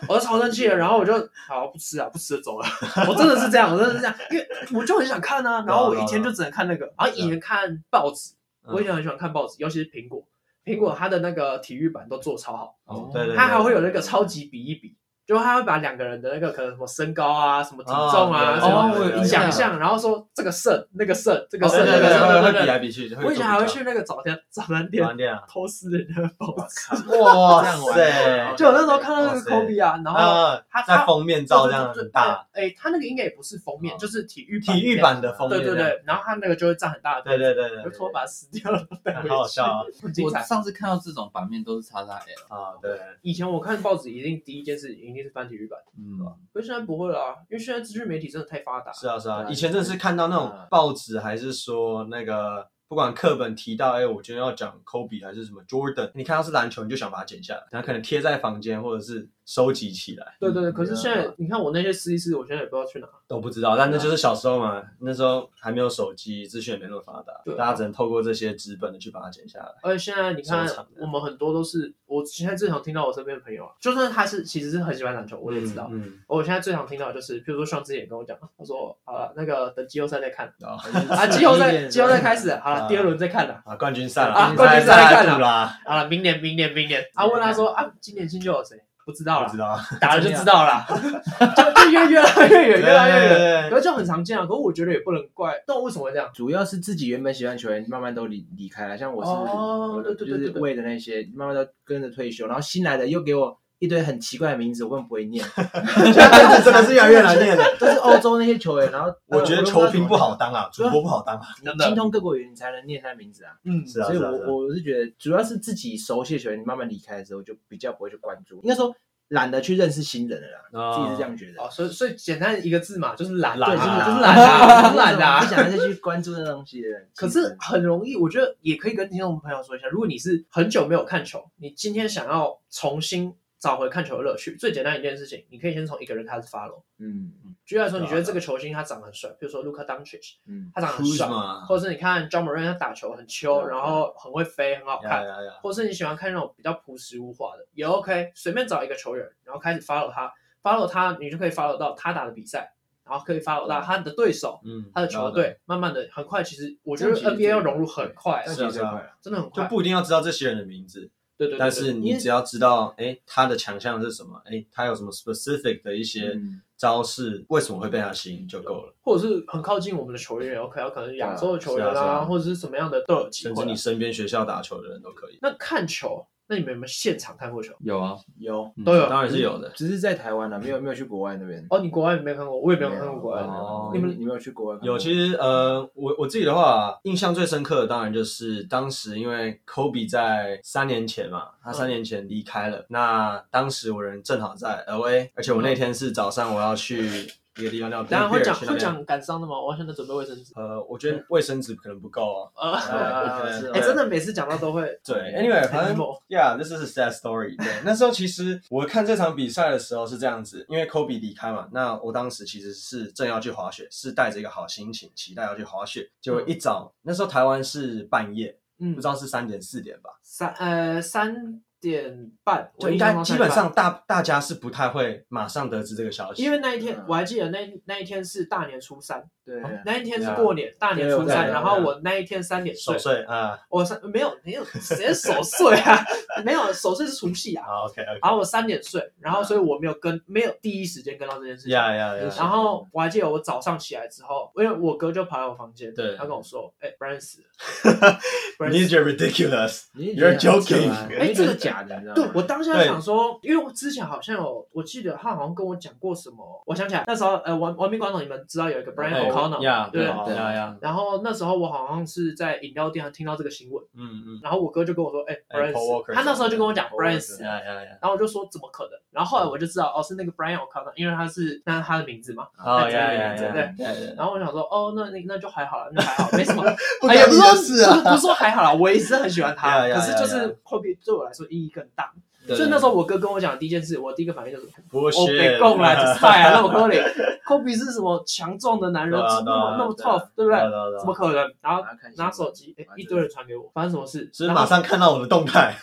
Speaker 1: 我都超生气的。然后我就好不吃啊，不吃了走了。 我真的是这样，我真的是这样，因为我就很想看啊。然后我一天就只能看那个，然后以前看报纸，
Speaker 5: 嗯
Speaker 1: 我以前很喜欢看报纸，尤其是苹果，苹果它的那个体育版都做超好。
Speaker 5: 哦对对，
Speaker 1: 他还
Speaker 5: 对
Speaker 1: 会有那个超级比一比，就他会把两个人的那个可能什么身高啊、什么体
Speaker 5: 哦
Speaker 1: 重啊、
Speaker 5: 对
Speaker 1: 什么
Speaker 3: 哦我有
Speaker 1: 你
Speaker 3: 印象
Speaker 1: 想象，然后说这个胜、那个胜、这个
Speaker 5: 对
Speaker 1: 胜、
Speaker 5: 哦对
Speaker 1: 那
Speaker 5: 对
Speaker 1: 个胜，
Speaker 5: 对，
Speaker 1: 对对
Speaker 5: 会比
Speaker 1: 对。
Speaker 5: 来比去，会
Speaker 1: 我以前还会去
Speaker 5: 做
Speaker 1: 那个早餐早餐
Speaker 5: 比较
Speaker 1: 店
Speaker 5: 早餐店啊，
Speaker 1: 偷撕人家的报纸，
Speaker 5: 哇
Speaker 4: 这样玩
Speaker 5: 塞，
Speaker 1: 就我那时候看到那个
Speaker 5: 哇塞
Speaker 1: 科比啊，然后
Speaker 5: 啊，
Speaker 1: 他
Speaker 5: 在
Speaker 1: 他
Speaker 5: 封面照这样很大，，哦
Speaker 1: 对对对对哎，他那个应该也不是封面，就是体育
Speaker 5: 体育
Speaker 1: 的
Speaker 5: 版的封面
Speaker 1: 对
Speaker 5: 这
Speaker 1: 对
Speaker 5: 样，
Speaker 1: 对，然后他那个就会占很大的
Speaker 5: 对
Speaker 1: 地
Speaker 5: 对对对
Speaker 1: 方，
Speaker 5: 对，
Speaker 1: 就
Speaker 5: 对
Speaker 1: 偷把它撕掉了，带回去
Speaker 5: 好好笑啊
Speaker 1: 很精
Speaker 3: 我
Speaker 1: 彩。
Speaker 3: 上次看到这种版面都是叉叉 L，
Speaker 5: 啊，对，
Speaker 1: 以前我看报纸一定第一件事一定是翻体育版，
Speaker 3: 嗯，
Speaker 1: 可是现在不会了啊，因为现在资讯媒体真的太发达了。
Speaker 5: 是啊是啊
Speaker 4: 对，啊
Speaker 5: 以前真的是看到那种
Speaker 4: 嗯
Speaker 5: 报纸，还是说那个不管课本提到，哎，我今天要讲 Kobe 还是什么 Jordan，你看到是篮球，你就想把它剪下来，然后可能贴在房间或者是收集起来，
Speaker 1: 对对对，可是
Speaker 5: 对啊
Speaker 1: 现在你看我那些私一私，我现在也不知道去哪。
Speaker 5: 都不知道。但那就是小时候嘛，那时候还没有手机，资讯也没那么发达
Speaker 1: 对，啊
Speaker 5: 大家只能透过这些纸本的去把它剪下来。
Speaker 1: 而且现在你看
Speaker 5: 收藏，
Speaker 1: 我们很多都是我现在最常听到我身边的朋友啊，就算他是其实是很喜欢篮球，我也知道。哦
Speaker 5: 嗯，
Speaker 1: 我现在最常听到的就是，譬如说像之前也跟我讲，他说好了，那个等季后赛再 看
Speaker 5: 嗯啊
Speaker 1: 啊，季后 赛季后赛开始了，好了，
Speaker 5: 啊
Speaker 1: 第二轮再看了，
Speaker 5: 啊，冠军赛了，
Speaker 1: 啊
Speaker 5: 冠
Speaker 1: 冠
Speaker 5: 军
Speaker 1: 军
Speaker 5: 赛
Speaker 1: 赛
Speaker 5: 来
Speaker 1: 看
Speaker 5: 赌
Speaker 1: 了
Speaker 5: 啦，
Speaker 1: 好了，明年明年明年啊，问他说啊，今年新秀有谁？不知道
Speaker 5: 不
Speaker 1: 了
Speaker 5: 知，道，
Speaker 1: 打了就知道 了，就就越越来越远，越来越远。
Speaker 5: 对
Speaker 1: 可是就很常见啊，可是我觉得也不能怪，但为什么会这样？
Speaker 4: 主要是自己原本喜欢的球员慢慢都离离开了，像我是、
Speaker 1: 哦
Speaker 4: 我的
Speaker 1: 对
Speaker 4: 就
Speaker 1: 对对
Speaker 4: 是
Speaker 1: 对
Speaker 4: 为的那些慢慢都跟着退休，然后新来的又给我一堆很奇怪的名字，我根本不 会念，
Speaker 5: 但 是真的是越来越难念了。
Speaker 4: 都是欧洲那些球员，然后
Speaker 5: 我觉得球评不好，当啊，主播不好当啊。
Speaker 1: 真
Speaker 4: 精
Speaker 1: 的，
Speaker 4: 通各国语言你才能念他的名字啊。
Speaker 1: 嗯，
Speaker 5: 是啊，
Speaker 4: 所以
Speaker 5: 是
Speaker 4: 我
Speaker 5: 啊，是啊
Speaker 4: 我是觉得，主要是自己熟悉的球员，你慢慢离开之后，就比较不会去关注，应该说懒得去认识新人了啦，
Speaker 5: 啊
Speaker 4: 自己是这样觉得。
Speaker 1: 哦，所以所以简单一个字嘛，就是懒，
Speaker 5: 懒
Speaker 4: 对，
Speaker 1: 对
Speaker 4: 就
Speaker 1: 就是是
Speaker 5: 啊
Speaker 1: 懒，
Speaker 4: 懒，
Speaker 1: 就是懒啊，就懒 啊。
Speaker 4: 就是不 想再去关注那东西的。
Speaker 1: 可
Speaker 4: 其
Speaker 5: 嗯
Speaker 1: 是
Speaker 4: 实
Speaker 1: 很容易，我觉得也可以跟听众朋友说一下，如果你是很久没有看球，你今天想要重新找回看球的乐趣，最简单一件事情，你可以先从一个人开始 follow。
Speaker 4: 嗯
Speaker 1: 举例来说，
Speaker 5: 对啊
Speaker 1: 你觉得这个球星他长得很帅，比如说 Luka Doncic，
Speaker 4: 嗯，
Speaker 1: 他长得很
Speaker 5: 啊 Kuzma
Speaker 1: 帅，或者是你看 John Moran 他打球很
Speaker 4: 对
Speaker 1: Q，
Speaker 4: 啊
Speaker 1: 然后很会飞，很好
Speaker 5: 呀
Speaker 1: 看，
Speaker 5: 呀呀，
Speaker 1: 或是你喜欢看那种比较朴实无华的也 OK，随便找一个球员，然后开始 follow 他，follow 他，你就可以 follow 到他打的比赛，然后可以 follow
Speaker 5: 啊
Speaker 1: 到他的对手，
Speaker 5: 嗯，
Speaker 1: 他的球队，慢慢的很快，其实我觉
Speaker 4: 这
Speaker 1: 得
Speaker 4: 样其实
Speaker 1: NBA 要融入很快，
Speaker 5: 是啊是啊，
Speaker 1: 真的很
Speaker 5: 就
Speaker 1: 快，
Speaker 5: 不一定要知道这些人的名字，
Speaker 1: 对对对对，
Speaker 5: 但是你只要知道，哎，他的强项是什么，哎，他有什么 specific 的一些
Speaker 4: 嗯
Speaker 5: 招式，为什么会被他吸引就够了。
Speaker 1: 或者是很靠近我们的球员也，OK，可啊能亚洲的球员
Speaker 5: 是啊是啊
Speaker 1: 啦，或者是什么样的都有机
Speaker 5: 甚至
Speaker 1: 会
Speaker 5: 你
Speaker 1: 啊。
Speaker 5: 身边学校打球的人都可以，
Speaker 1: 那看球，那你们有没有现场看过球？
Speaker 3: 有啊，
Speaker 4: 有，
Speaker 3: 嗯
Speaker 1: 都有
Speaker 5: 当然是有的。
Speaker 4: 只是在台湾了，啊没有没有去国外那边。
Speaker 1: 哦，你国外没有看过，我也没有看过国外
Speaker 5: 没有
Speaker 1: 的。
Speaker 5: 哦
Speaker 4: 你们你没有去
Speaker 1: 嗯
Speaker 4: 国外看过？
Speaker 5: 有，其实呃，我我自己的话，印象最深刻的当然就是当时因为 Kobe 在三年前
Speaker 1: 嗯
Speaker 5: 嘛，他三年前离开了，那当时我人正好在 LA，而且我那天是早上我要去一个地方叫 b
Speaker 1: 当
Speaker 5: e
Speaker 1: 然会
Speaker 5: a
Speaker 1: 讲
Speaker 5: 去那
Speaker 1: 会
Speaker 5: 边。
Speaker 1: 讲感伤的吗？我现在准备卫生纸。
Speaker 5: 呃，我觉得卫生纸可能不够
Speaker 1: 呃，
Speaker 5: 啊。
Speaker 4: 啊是啊
Speaker 1: 哎，真的每次讲到都会
Speaker 5: 对，Anyway，
Speaker 1: 很
Speaker 5: 反正
Speaker 1: emo
Speaker 5: Yeah，this is a sad story。对，那时候其实我看这场比赛的时候是这样子，因为 Kobe 离开嘛，那我当时其实是正要去滑雪，是带着一个好心情，期待要去滑雪。结果一早，那时候台湾是半夜，
Speaker 1: 嗯
Speaker 5: 不知道是三点四点吧，
Speaker 1: 三呃三点半，
Speaker 5: 就
Speaker 1: 我
Speaker 5: 应
Speaker 1: 印象
Speaker 5: 该
Speaker 1: 中
Speaker 5: 基
Speaker 1: 3:30
Speaker 5: 本上大大家是不太会马上得知这个消息，
Speaker 1: 因为那一天
Speaker 4: 嗯
Speaker 1: 我还记得那那一天是大年初三，
Speaker 4: 对，
Speaker 1: 哦那一天是过年，大年初
Speaker 4: 对对
Speaker 1: 三，
Speaker 4: 对
Speaker 1: 然后我那一天三点睡
Speaker 5: 守，岁啊，
Speaker 1: 我三没有没有谁守岁啊， 没有守岁是除夕啊，
Speaker 5: 好 OK OK，
Speaker 1: 然后我三点睡，然后所以我没有跟没有第一时间跟到这件事情。
Speaker 5: 呀呀呀，
Speaker 1: 然后我还记得我早上起来之后，因为我哥就跑来我房间，
Speaker 5: 对
Speaker 1: 他跟我说：“哎、b r i a n 死了。”
Speaker 5: These are ridiculous。
Speaker 4: 你
Speaker 5: You're joking
Speaker 1: 哎、
Speaker 4: 哎，
Speaker 1: 这
Speaker 4: 这
Speaker 1: 个
Speaker 4: 个假的，你知道吗？
Speaker 1: 对我当下想说，因为我之前好像有，我记得他好像跟我讲过什么，我想起来那时候，呃，玩玩命关头，你们知道有一个 Brian
Speaker 3: 哎
Speaker 1: O'Connor，、
Speaker 5: 呀，
Speaker 1: 对
Speaker 3: 对对啊呀，
Speaker 1: 然后那时候我好像是在饮料店听到这个新闻，
Speaker 5: 嗯嗯，
Speaker 1: 然后我哥就跟我说，哎、b r i a
Speaker 5: ，Paul
Speaker 1: n
Speaker 5: Walker
Speaker 1: 他那时候就跟我讲
Speaker 5: Paul
Speaker 1: Brian
Speaker 5: Walker
Speaker 1: 死了，
Speaker 3: 呀呀呀，
Speaker 1: 然后我就说怎么可能？然后后来
Speaker 5: 嗯
Speaker 1: 我就知道，哦，是那个 Brian O'Connor，因为他是那是他的名字嘛，
Speaker 3: 哦
Speaker 1: 对
Speaker 3: 呀呀
Speaker 1: 对
Speaker 3: 呀，
Speaker 1: 对
Speaker 5: 嗯
Speaker 3: 对
Speaker 1: 然后我想说，哦，那那那就还好了，那还好，没什 么。
Speaker 2: 不
Speaker 1: 哎呀，不是说
Speaker 5: 啊
Speaker 2: 是
Speaker 1: 不是说还好啦，我也是很喜欢他，
Speaker 5: 呀呀
Speaker 1: 可是就
Speaker 5: 呀
Speaker 1: 是
Speaker 5: 呀
Speaker 1: 后面对我来说意义更大。
Speaker 3: 对，
Speaker 1: 所以那时候我哥跟我讲的第一件事，我第一个反应就是
Speaker 5: 我
Speaker 1: 我被供 啦，就是菜啊，那么可怜。科比是什么强壮的男人，
Speaker 5: 对啊
Speaker 1: 那么那么
Speaker 5: 对啊
Speaker 1: tough，对不对？怎
Speaker 5: 怎
Speaker 1: 么可能？然后
Speaker 4: 拿看新闻
Speaker 1: 拿手机，哎，一堆人传给我，发生什么事？
Speaker 5: 只是
Speaker 1: 然后
Speaker 5: 马上看到我的动态，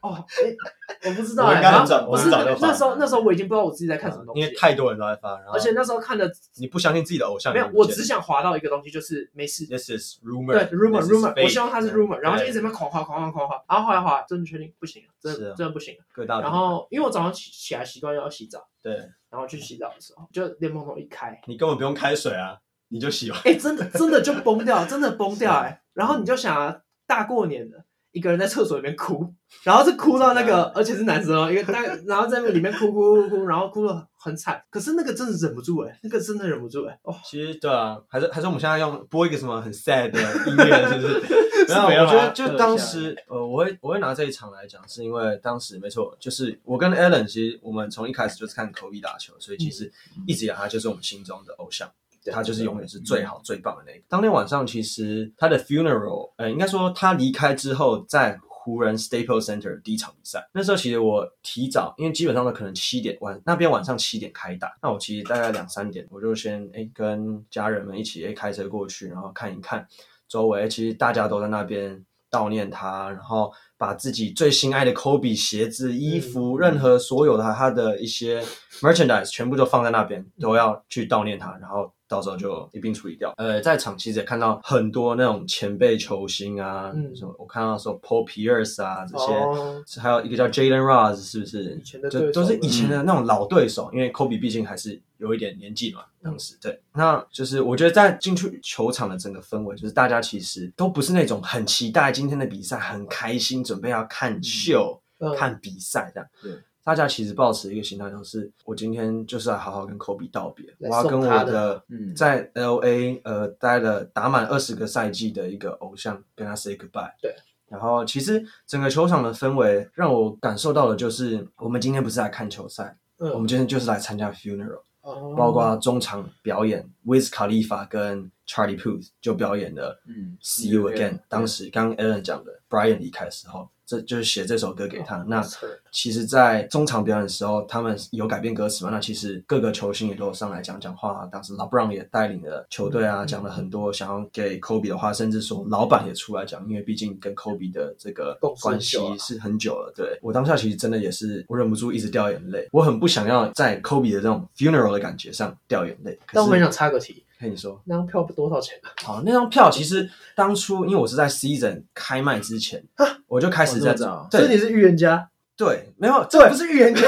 Speaker 1: 哦，哎，我不知道
Speaker 5: 我
Speaker 1: 哎，
Speaker 5: 应该
Speaker 1: 然
Speaker 5: 很
Speaker 1: 后
Speaker 5: 早
Speaker 1: 不是
Speaker 5: 我很早
Speaker 1: 那
Speaker 5: 就发
Speaker 1: 那时候那时候我已经不知道我自己在 看什么东
Speaker 5: 因
Speaker 1: 西
Speaker 5: 为，啊太多人都在发，然后
Speaker 1: 而且那时候看的
Speaker 5: 你不相信自己的偶像，
Speaker 1: 没有
Speaker 5: 你，不
Speaker 1: 我
Speaker 5: 见
Speaker 1: 只想滑到一个东西，就是没事。
Speaker 5: This is
Speaker 1: 对
Speaker 5: rumor，
Speaker 1: ，rumor
Speaker 5: this is
Speaker 1: rumor，
Speaker 5: fake
Speaker 1: 我希望它是 rumor，然后就一直在那
Speaker 5: 对
Speaker 1: 边狂滑狂滑狂滑，然后后来滑，真的确定不行了，真
Speaker 5: 是
Speaker 1: 的
Speaker 5: 啊
Speaker 1: 真的不行了。
Speaker 5: 各大平台
Speaker 1: 然后因为我早上起起来习惯要洗澡，
Speaker 5: 对
Speaker 1: 然后去洗澡的时候，就联盟桶一开，
Speaker 5: 你根本不用开水啊，你就喜欢。
Speaker 1: 哎，真的真的就崩掉，真的崩
Speaker 5: 啊
Speaker 1: 掉哎、然后你就想、啊，大过年的，一个人在厕所里面哭，然后是哭到那个，
Speaker 5: 啊
Speaker 1: 而且是男生哦，一个大，然后在那里面哭哭哭哭，然后哭的很惨。可是那个真的忍不住哎、那个真的忍不住哎、哦，
Speaker 5: 其实对啊，还是还是我们现在用播一个什么很 sad 的音乐，是不是？没有，我觉得就当时呃，我会我会拿这一场来讲，是因为当时没错，就是我跟 Allen 其实我们从一开始就是看 Kobe 打球，所以其实一直以来他就是我们心中的偶像。他就是永远是最好、最棒的那个。当天晚上，其实他的 funeral，呃，应该说他离开之后，在湖人 Staples Center 第一场比赛，那时候其实我提早，因为基本上都可能七点晚，那边晚上七点开打，那我其实大概两三点，我就先哎、诶跟家人们一起哎、诶开车过去，然后看一看周围，其实大家都在那边悼念他，然后把自己最心爱的 Kobe 鞋子、衣服，任何所有的他的一些 merchandise 全部都放在那
Speaker 1: 嗯
Speaker 5: 边，都要去悼念他，然后到时候就一并处理掉。呃，在场其实也看到很多那种前辈球星啊，
Speaker 1: 嗯
Speaker 5: 什么我看到说 Paul Pierce 啊这些。
Speaker 1: 哦
Speaker 5: 还有一个叫 Jalen Rose，是不是？
Speaker 1: 以前的对
Speaker 5: 就
Speaker 1: 手
Speaker 5: 都是以前的那种老对手，因为 Kobe 毕竟还是有一点年纪嘛，当时
Speaker 1: 嗯
Speaker 5: 对。那就是我觉得在进去球场的整个氛围，就是大家其实都不是那种很期待今天的比赛，很开心，准备要看秀、
Speaker 1: 嗯
Speaker 5: 看比赛这样。
Speaker 3: 对。
Speaker 5: 大家其实抱持一个心态，都是我今天就是要好好跟 Kobe 道别，
Speaker 1: 来
Speaker 5: 我要跟
Speaker 1: 送
Speaker 5: 我
Speaker 1: 他的
Speaker 5: 的
Speaker 3: 嗯
Speaker 5: 在 L A 呃待了打满二十个赛季的一个偶像跟他 say goodbye。
Speaker 1: 对。
Speaker 5: 然后其实整个球场的氛围让我感受到的就是，我们今天不是来看球赛，
Speaker 1: 嗯
Speaker 5: 我们今天就是来参加 funeral，
Speaker 1: 哦
Speaker 5: 包括中场表演 Wiz Khalifa 跟 Charlie Puth 就表演了
Speaker 3: 嗯
Speaker 5: See
Speaker 3: See
Speaker 5: You
Speaker 3: You Again，
Speaker 5: Again。当时刚刚 Alan 讲的，Brian 离开的时候，这就是写这首歌给他。那其实，在中场表演的时候，他们有改变歌词嘛？那其实各个球星也都有上来讲讲话、啊。当时 LeBron 也带领了球队啊，讲了很多想要给 Kobe 的话，甚至说老板也出来讲，因为毕竟跟 Kobe 的这个
Speaker 1: 共事
Speaker 5: 关
Speaker 1: 很
Speaker 5: 系
Speaker 1: 久啊
Speaker 5: 是很久了。对我当下其实真的也是，我忍不住一直掉眼泪。我很不想要在 Kobe 的这种 funeral 的感觉上掉眼泪。可
Speaker 1: 但我很
Speaker 5: 是，
Speaker 1: 想插个题，
Speaker 5: 跟你说，
Speaker 1: 那张票多少钱啊？
Speaker 5: 好，那张票其实当初因为我是在 season 开卖之前，
Speaker 3: 啊
Speaker 5: 我就开始在
Speaker 4: 哦这么早
Speaker 1: 所以
Speaker 5: 对
Speaker 1: 你是预言家，
Speaker 5: 对，没有，这不是 预言家。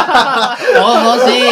Speaker 3: 什么东西？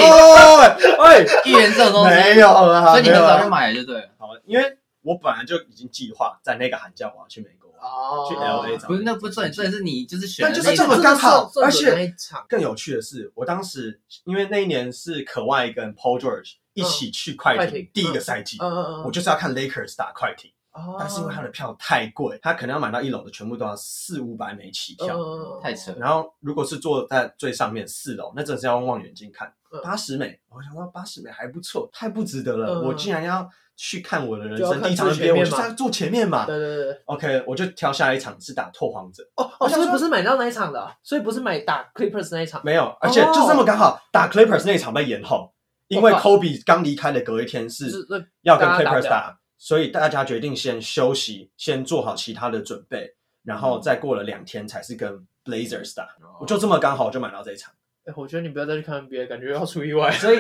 Speaker 5: 哎，
Speaker 3: 一元这种东西，
Speaker 5: 没有啦，
Speaker 3: 哦所以你
Speaker 5: 没
Speaker 3: 很
Speaker 5: 有啊
Speaker 3: 早
Speaker 5: 啦
Speaker 3: 就买了就对了。
Speaker 5: 好，因为我本来就已经计划在那个寒假我要去美国玩，
Speaker 1: 哦
Speaker 5: 去 LA 找。
Speaker 3: 不是，那不算，算是你就是选
Speaker 1: 啊
Speaker 5: 但
Speaker 3: 的那
Speaker 5: 就是
Speaker 3: 一
Speaker 5: 这
Speaker 3: 场。
Speaker 5: 么刚好，
Speaker 1: 这个
Speaker 5: 而
Speaker 1: 是那
Speaker 5: 且
Speaker 1: 一场
Speaker 5: 更有趣的是，我当时因为那一年是可外跟 Paul George 一起去快
Speaker 1: 嗯快
Speaker 5: 艇
Speaker 1: 艇
Speaker 5: 第一个赛季，
Speaker 1: 嗯嗯
Speaker 5: 我就是要看 Lakers 打快艇，
Speaker 1: 嗯，
Speaker 5: 但是因为他
Speaker 1: 的
Speaker 5: 的票太贵，他可能要买到一楼的全部都要四五百美起
Speaker 1: 嗯
Speaker 5: 跳，
Speaker 3: 太扯了，
Speaker 5: 然后如果是坐在最上面四楼，那真的是要用望远镜看
Speaker 1: 嗯
Speaker 5: 八十美。我想到八十美还不错，太不值得了。
Speaker 1: 嗯
Speaker 5: 我竟然要去看我的人
Speaker 1: 就要
Speaker 5: 生
Speaker 1: 看
Speaker 5: 第一场
Speaker 1: 最前
Speaker 5: NBA，我
Speaker 1: 面
Speaker 5: 就是
Speaker 1: 嘛
Speaker 5: 要坐前面嘛。
Speaker 1: 对对对对，
Speaker 5: OK，我就挑下一场是打拓荒者，
Speaker 1: 哦
Speaker 5: 我
Speaker 1: 哦，所
Speaker 5: 想
Speaker 1: 以
Speaker 5: 说
Speaker 1: 不是买到那一场的，啊所以不是买打 Clippers 那一场，
Speaker 5: 没有，而且就这么刚
Speaker 1: 哦
Speaker 5: 好打 Clippers 那一场被延后，因为 Kobe 刚离开的隔一天
Speaker 1: 就是
Speaker 5: 是
Speaker 1: 那
Speaker 5: 要跟
Speaker 1: 大家打
Speaker 5: Clippers
Speaker 1: 架
Speaker 5: 打，所以大家决定先休息，先做好其他的准备，
Speaker 1: 嗯
Speaker 5: 然后再过了两天才是跟 Blazers 打。
Speaker 1: 哦
Speaker 5: 我就这么刚好就买到 这一场。
Speaker 1: 哎，我觉得你不要再去看 NBA，感觉要出意外。
Speaker 5: 所以，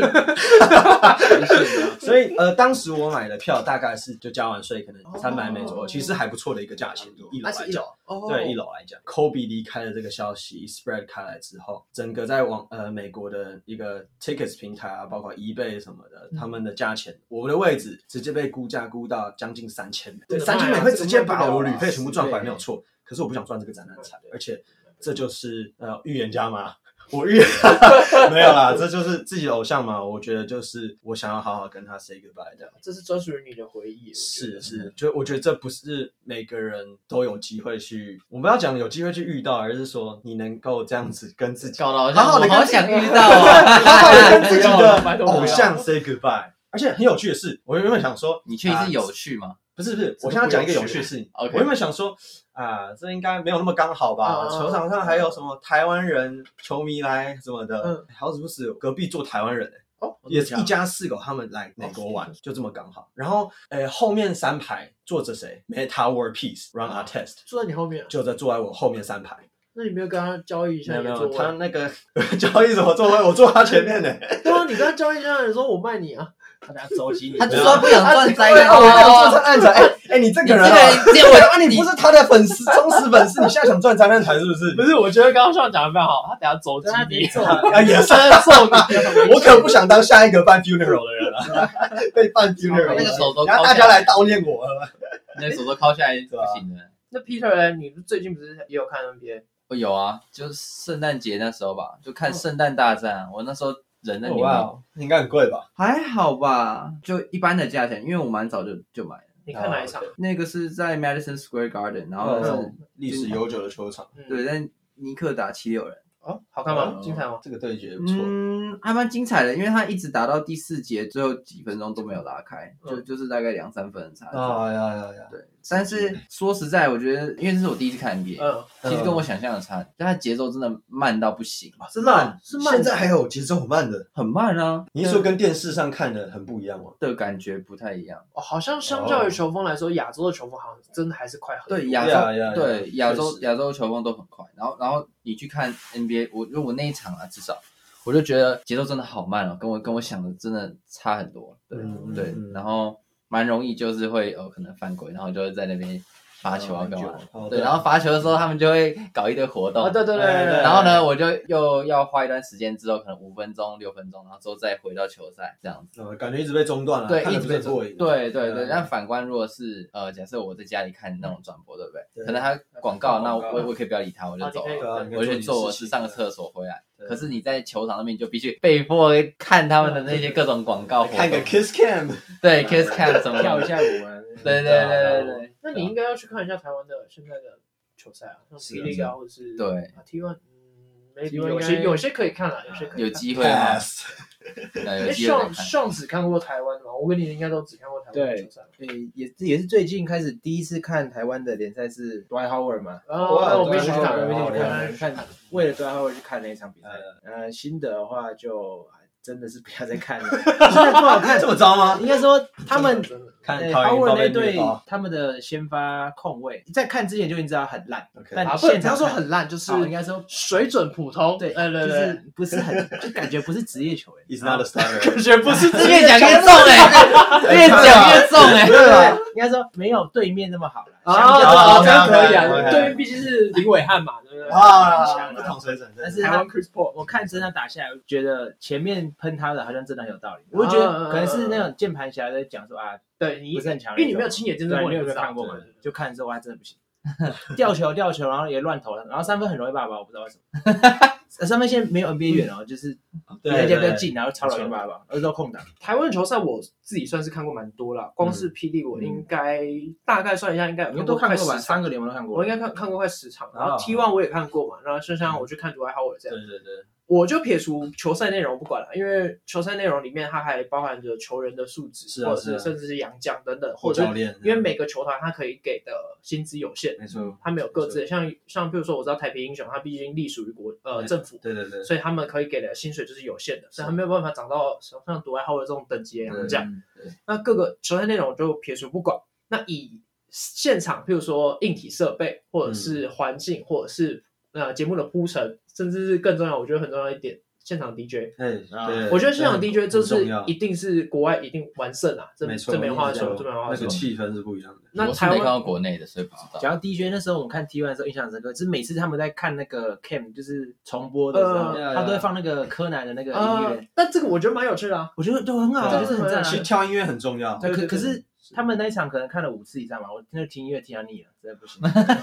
Speaker 5: 所以呃，当时我买的票大概是就交完税可能三百美左右，
Speaker 1: 哦
Speaker 5: 其实还不错的一个价钱，以一
Speaker 1: 那
Speaker 5: 楼来
Speaker 1: 是一
Speaker 5: 讲。
Speaker 1: 楼，哦，
Speaker 5: 对一楼来讲，Kobe 离开了这个消息 spread 开来之后，整个在网呃美国的一个 tickets 平台啊，包括 eBay 什么的，
Speaker 1: 嗯
Speaker 5: 他们的价钱，我的位置直接被估价估到将近三千美，
Speaker 1: 这
Speaker 5: 对，
Speaker 1: 个
Speaker 5: 三千美
Speaker 1: 卖啊
Speaker 5: 会直接把
Speaker 1: 这个卖不
Speaker 5: 我
Speaker 1: 了啊
Speaker 5: 旅费全部赚回来，
Speaker 4: 对
Speaker 5: 没有错。可是我不想赚这个展览财，而且这就是呃预言家嘛， 我预言没有啦，这就是自己的偶像嘛。我觉得就是我想要好好跟他 say goodbye 的。
Speaker 1: 这是专属于你的回忆。我觉得
Speaker 5: 是是，就我觉得这不是每个人都有机会去，我们要讲有机会去遇到，而是说你能够这样子 跟自己
Speaker 3: 搞得好
Speaker 5: 好
Speaker 3: 像
Speaker 5: 好
Speaker 3: 我
Speaker 5: 地
Speaker 3: 好
Speaker 5: 跟自己
Speaker 3: 想遇到啊！
Speaker 5: 好好的跟自己
Speaker 1: 不要了拜
Speaker 5: 的
Speaker 1: 托不要
Speaker 5: 偶像 say goodbye。而且很有趣的是，我原本想说，
Speaker 3: 你确定
Speaker 5: 啊
Speaker 3: 是有趣吗？
Speaker 5: 不是不是，
Speaker 1: 这
Speaker 5: 我
Speaker 1: 个
Speaker 5: 现在讲一个
Speaker 1: 不有
Speaker 5: 有
Speaker 1: 趣
Speaker 5: 趣的事情。
Speaker 3: OK
Speaker 5: 我原本想说啊，这应该没有那么刚好吧？
Speaker 1: 嗯嗯嗯
Speaker 5: 球场上还有什么台湾人球迷来什么的
Speaker 1: 嗯，
Speaker 5: 好死不死隔壁坐台湾人欸
Speaker 1: 哦，
Speaker 5: 也是一家四口，他们来美国玩，就这么刚好。然后，诶，后面三排坐着谁？Meta World Peace Run Our Test，
Speaker 1: 坐在你后面啊，
Speaker 5: 就在坐在我后面三排。
Speaker 1: 那你没有跟他交易一
Speaker 5: 没
Speaker 1: 下
Speaker 5: 有
Speaker 1: 你
Speaker 5: 没
Speaker 1: 的
Speaker 5: 有
Speaker 1: 座，位？
Speaker 5: 他那个 交易怎么座位？我坐他前面 呢。
Speaker 1: 对啊，你跟他交易一下，你说我卖你啊，
Speaker 4: 他等下周期你
Speaker 3: 他就说不想赚灾
Speaker 5: 对
Speaker 3: 难
Speaker 5: 啊，我想说
Speaker 3: 哦
Speaker 5: 这。按着，哎哎，你这
Speaker 3: 你
Speaker 5: 个
Speaker 3: 这
Speaker 5: 人
Speaker 3: 个
Speaker 5: 啊，
Speaker 3: 人，见我
Speaker 5: 啊，你不是他的粉丝，忠实粉丝，你现在想赚灾难财是不是？
Speaker 1: 不 是，我觉得刚刚校长讲的非常好，他等下走
Speaker 4: 对他直接
Speaker 1: 你，
Speaker 4: 揍
Speaker 5: 啊，也是，
Speaker 1: 揍你，
Speaker 5: 我可不想当下一个办 funeral 的人啊了， 被办 funeral，
Speaker 3: 那个手都
Speaker 5: 然后
Speaker 3: 敲
Speaker 5: 大
Speaker 3: 下
Speaker 5: 家
Speaker 3: 来，
Speaker 5: 来悼念我啊了。
Speaker 3: 那手都敲下来不行的。
Speaker 1: 那 Peter 呢？你最近不是也有看 NBA？
Speaker 3: 我有啊，就是圣诞节那时候吧，就看圣诞大战啊。我那时候人在里面，
Speaker 5: 哦哇，应该很贵吧？
Speaker 3: 还好吧，就一般的价钱，因为我蛮早就就买了。
Speaker 1: 你看哪一场？
Speaker 3: 那个是在 Madison Square Garden，然后
Speaker 5: 哦
Speaker 3: 是
Speaker 5: 历史悠久的球场，
Speaker 1: 嗯
Speaker 3: 对，但尼克打七六人，
Speaker 1: 哦，好看
Speaker 5: 嗯
Speaker 1: 吗？精彩吗？
Speaker 5: 这个对决不错。
Speaker 3: 嗯，还蛮精彩的，因为他一直打到第四节，最后几分钟都没有拉开，就就是大概两三分的差距。
Speaker 5: 啊呀呀呀！
Speaker 3: 对，但是说实在，我觉得因为这是我第一次看 NBA，、
Speaker 5: 呃
Speaker 1: 嗯，
Speaker 3: 其实跟我想象的差，但它节奏真的慢到不行，
Speaker 1: 是慢，是慢
Speaker 5: 现，在还有节奏很慢的，
Speaker 3: 很慢啊
Speaker 5: 你是说跟电视上看的很不一样吗？
Speaker 3: 的感觉不太一样。
Speaker 1: 哦好像相较于球风来说，亚洲的球风好像真的还是快很多。
Speaker 3: 对亚洲
Speaker 5: yeah, yeah,
Speaker 3: 对亚洲
Speaker 5: 确实
Speaker 3: 亚洲球风都很快，然后然后你去看 NBA，我就我那一场啊，至少我就觉得节奏真的好慢哦，跟我跟我想的真的差很多。对、
Speaker 5: 嗯
Speaker 3: 对，
Speaker 5: 嗯
Speaker 3: 然后蛮容易就是会哦可能犯规，然后就会在那边罚球啊
Speaker 5: 嗯
Speaker 3: 干嘛
Speaker 5: 很久哦
Speaker 3: 对，
Speaker 5: 对
Speaker 3: 然后罚球的时候他们就会搞一堆活动。
Speaker 1: 哦，对对对对对，
Speaker 5: 对
Speaker 3: 然后呢，我就又要花一段时间之后，可能五分钟、六分钟，然后之后再回到球赛这样子。
Speaker 5: 呃，感觉一直被中断了，
Speaker 3: 对，
Speaker 5: 看
Speaker 3: 一
Speaker 5: 得
Speaker 3: 直
Speaker 5: 不是
Speaker 3: 被
Speaker 5: 很
Speaker 3: 中
Speaker 5: 过瘾。
Speaker 3: 对对对，
Speaker 5: 嗯
Speaker 3: 但反观如果是呃，假设我在家里看那种转播，对不对？
Speaker 5: 对
Speaker 3: 可能他广告，那
Speaker 5: 广
Speaker 3: 我
Speaker 5: 告
Speaker 3: 我我也可以不要理他，我就走
Speaker 1: 啊你可
Speaker 3: 了，
Speaker 1: 以
Speaker 5: 对啊，你可以
Speaker 3: 我就去做
Speaker 5: 你
Speaker 3: 我
Speaker 5: 的
Speaker 3: 去
Speaker 5: 事情
Speaker 3: 上个厕所回来。
Speaker 5: 对
Speaker 3: 可是你在球场那边，你就必须被迫看他们的那些各种广告活动，
Speaker 5: 看个 kiss cam，
Speaker 3: 对 kiss cam 什么
Speaker 4: 跳一
Speaker 3: 的，
Speaker 4: 下舞啊，
Speaker 3: 对对对对
Speaker 1: 那你应该要去看一下台湾的现在的球赛啊，像
Speaker 5: 是
Speaker 1: P
Speaker 5: 啊
Speaker 1: League 啊，或者是
Speaker 3: 对
Speaker 1: 啊 T One，嗯，maybe
Speaker 4: T1
Speaker 1: 有
Speaker 4: 应
Speaker 1: 些
Speaker 4: 该
Speaker 1: 有些可以看了，有些可以
Speaker 3: 对，啊有
Speaker 1: 看
Speaker 3: 机会吗？
Speaker 5: pass，
Speaker 3: 对，有
Speaker 1: 哎，
Speaker 3: 机会再
Speaker 1: 上
Speaker 3: 看。
Speaker 1: 上只看过台湾的嘛，我跟你应该都只看过台湾的
Speaker 4: 对
Speaker 1: 球赛。
Speaker 4: 对，也也是最近开始第一次看台湾的联赛是 Dwight Howard 嘛，
Speaker 1: 然后
Speaker 5: 哇
Speaker 1: 啊那哦我们一起
Speaker 5: 对
Speaker 1: 去看，
Speaker 5: 对
Speaker 1: 我们一起去
Speaker 5: 对
Speaker 1: 看。
Speaker 4: 看，为了 Dwight Howard 去看那一场比赛。呃，新的的话就哎真的是不要再看了， 现在不好看。
Speaker 5: 这么糟吗？
Speaker 4: 应该说他们
Speaker 1: 真的真的
Speaker 5: 看
Speaker 4: 呃
Speaker 5: 桃园
Speaker 4: Howard
Speaker 5: 包
Speaker 4: 那
Speaker 5: 被
Speaker 4: 队
Speaker 5: 虐爆
Speaker 4: 他们的先发控卫，在看之前就已经知道很烂，
Speaker 5: ，OK，
Speaker 4: 但
Speaker 1: 啊，不，
Speaker 4: 现
Speaker 1: 不
Speaker 4: 场
Speaker 1: 要说
Speaker 4: 看
Speaker 1: 很烂，就是
Speaker 4: 好应该说
Speaker 1: 水准普通。
Speaker 4: 对，
Speaker 1: 哎对
Speaker 4: 就
Speaker 1: 对，
Speaker 4: 是不是很，就感觉不是职业 球员。
Speaker 5: It's not a
Speaker 1: 感
Speaker 5: starter，
Speaker 1: 觉不是
Speaker 3: 越讲越重哎，越讲
Speaker 5: 啊
Speaker 3: 越重哎。
Speaker 5: 对吧？
Speaker 4: 应该说没有对面那么好了。
Speaker 1: 啊
Speaker 4: 相较
Speaker 1: 啊，
Speaker 5: 对
Speaker 1: 这样可以
Speaker 5: 对
Speaker 1: 啊，
Speaker 5: 对
Speaker 1: 对面毕竟是林伟汉嘛，对不对？
Speaker 5: 啊，不同水准，
Speaker 4: 但
Speaker 5: 但
Speaker 4: 是
Speaker 5: 是
Speaker 1: 台湾 Chris Paul，
Speaker 4: 我看真的打下来，我觉得前面喷他的好像真的很有道
Speaker 1: 哦
Speaker 4: 理。我就觉得可能是那种键盘侠在讲说啊，
Speaker 1: 对哦你
Speaker 4: 不是很强，
Speaker 1: 因为你没有亲眼见证过，
Speaker 4: 对，
Speaker 1: 你
Speaker 4: 你
Speaker 1: 不
Speaker 4: 没
Speaker 1: 知
Speaker 4: 有
Speaker 1: 道
Speaker 4: 看过嘛
Speaker 1: 对？
Speaker 4: 就看的时候哇，真 的不行，吊球吊球，然后也乱投，然后三分很容易爆吧，我不知道为什么。 呃三分线没有 NBA 远哦，就是离人家比较近，然后超容易爆吧，而且都空档。
Speaker 1: 台湾的球赛我自己算是看过蛮多了，光是霹雳我应该大概算一下，应该有
Speaker 4: 嗯你们都看
Speaker 1: 快
Speaker 4: 过吧？
Speaker 1: 十
Speaker 4: 三
Speaker 1: 场。
Speaker 4: 个联盟都看过。
Speaker 1: 我应该看看过快十场，然
Speaker 5: 啊
Speaker 1: 后 T one 我也看过嘛，然后就
Speaker 4: 嗯
Speaker 1: 像我去看独爱好我这样，
Speaker 5: 对对，
Speaker 1: 我就撇除球赛内容不管了，因为球赛内容里面它还包含着球员的素质，
Speaker 5: 是啊
Speaker 1: 或者是
Speaker 5: 是啊
Speaker 1: 甚至是洋将等等，
Speaker 5: 或
Speaker 1: 或者
Speaker 5: 教
Speaker 1: 是
Speaker 5: 练，
Speaker 1: 因为每个球团它可以给的薪资有限，
Speaker 5: 没错，
Speaker 1: 他们有各自的，像像比如说我知道台啤英雄，它毕竟隶属于国呃
Speaker 5: 对
Speaker 1: 政府，
Speaker 5: 对对对，
Speaker 1: 所以他们可以给的薪水就是有限的，所以他没有办法涨到像像独爱好的这种等级的洋将。那各个球赛内容就撇除不管，那以现场，譬如说硬体设备，或者是环境，或者是呃节目的铺陈，甚至是更重要，我觉得很重要一点，现场 DJ。
Speaker 5: 哎，对
Speaker 1: 我觉得现场 DJ 这
Speaker 5: 很
Speaker 1: 是
Speaker 5: 重要
Speaker 1: 一定是国外一定完胜啊，这
Speaker 5: 没错，
Speaker 1: 这没话说，
Speaker 5: 没错
Speaker 1: 这没话
Speaker 5: 那个
Speaker 1: 说。
Speaker 5: 气氛是不一样的。
Speaker 1: 那
Speaker 3: 我是没
Speaker 1: 台
Speaker 3: 看
Speaker 1: 湾
Speaker 3: 到国内的，所以不知道。
Speaker 4: 讲到 DJ 那时候，我们看 T1 的时候印象深刻，就是每次他们在看那个 Cam，就是重播的时候，
Speaker 5: 嗯
Speaker 4: 他都会放那个柯南的那个音
Speaker 1: 啊
Speaker 4: 乐，，
Speaker 1: 但这个我觉得蛮有趣的啊。
Speaker 4: 我觉得都很好，
Speaker 5: 对
Speaker 4: 就是很赞啊
Speaker 5: 其。实跳音乐很重要，
Speaker 1: 对
Speaker 4: 可
Speaker 1: 对对
Speaker 4: 可是他们那一场可能看了五次以上吧，我那听音乐听到腻了，实在不行。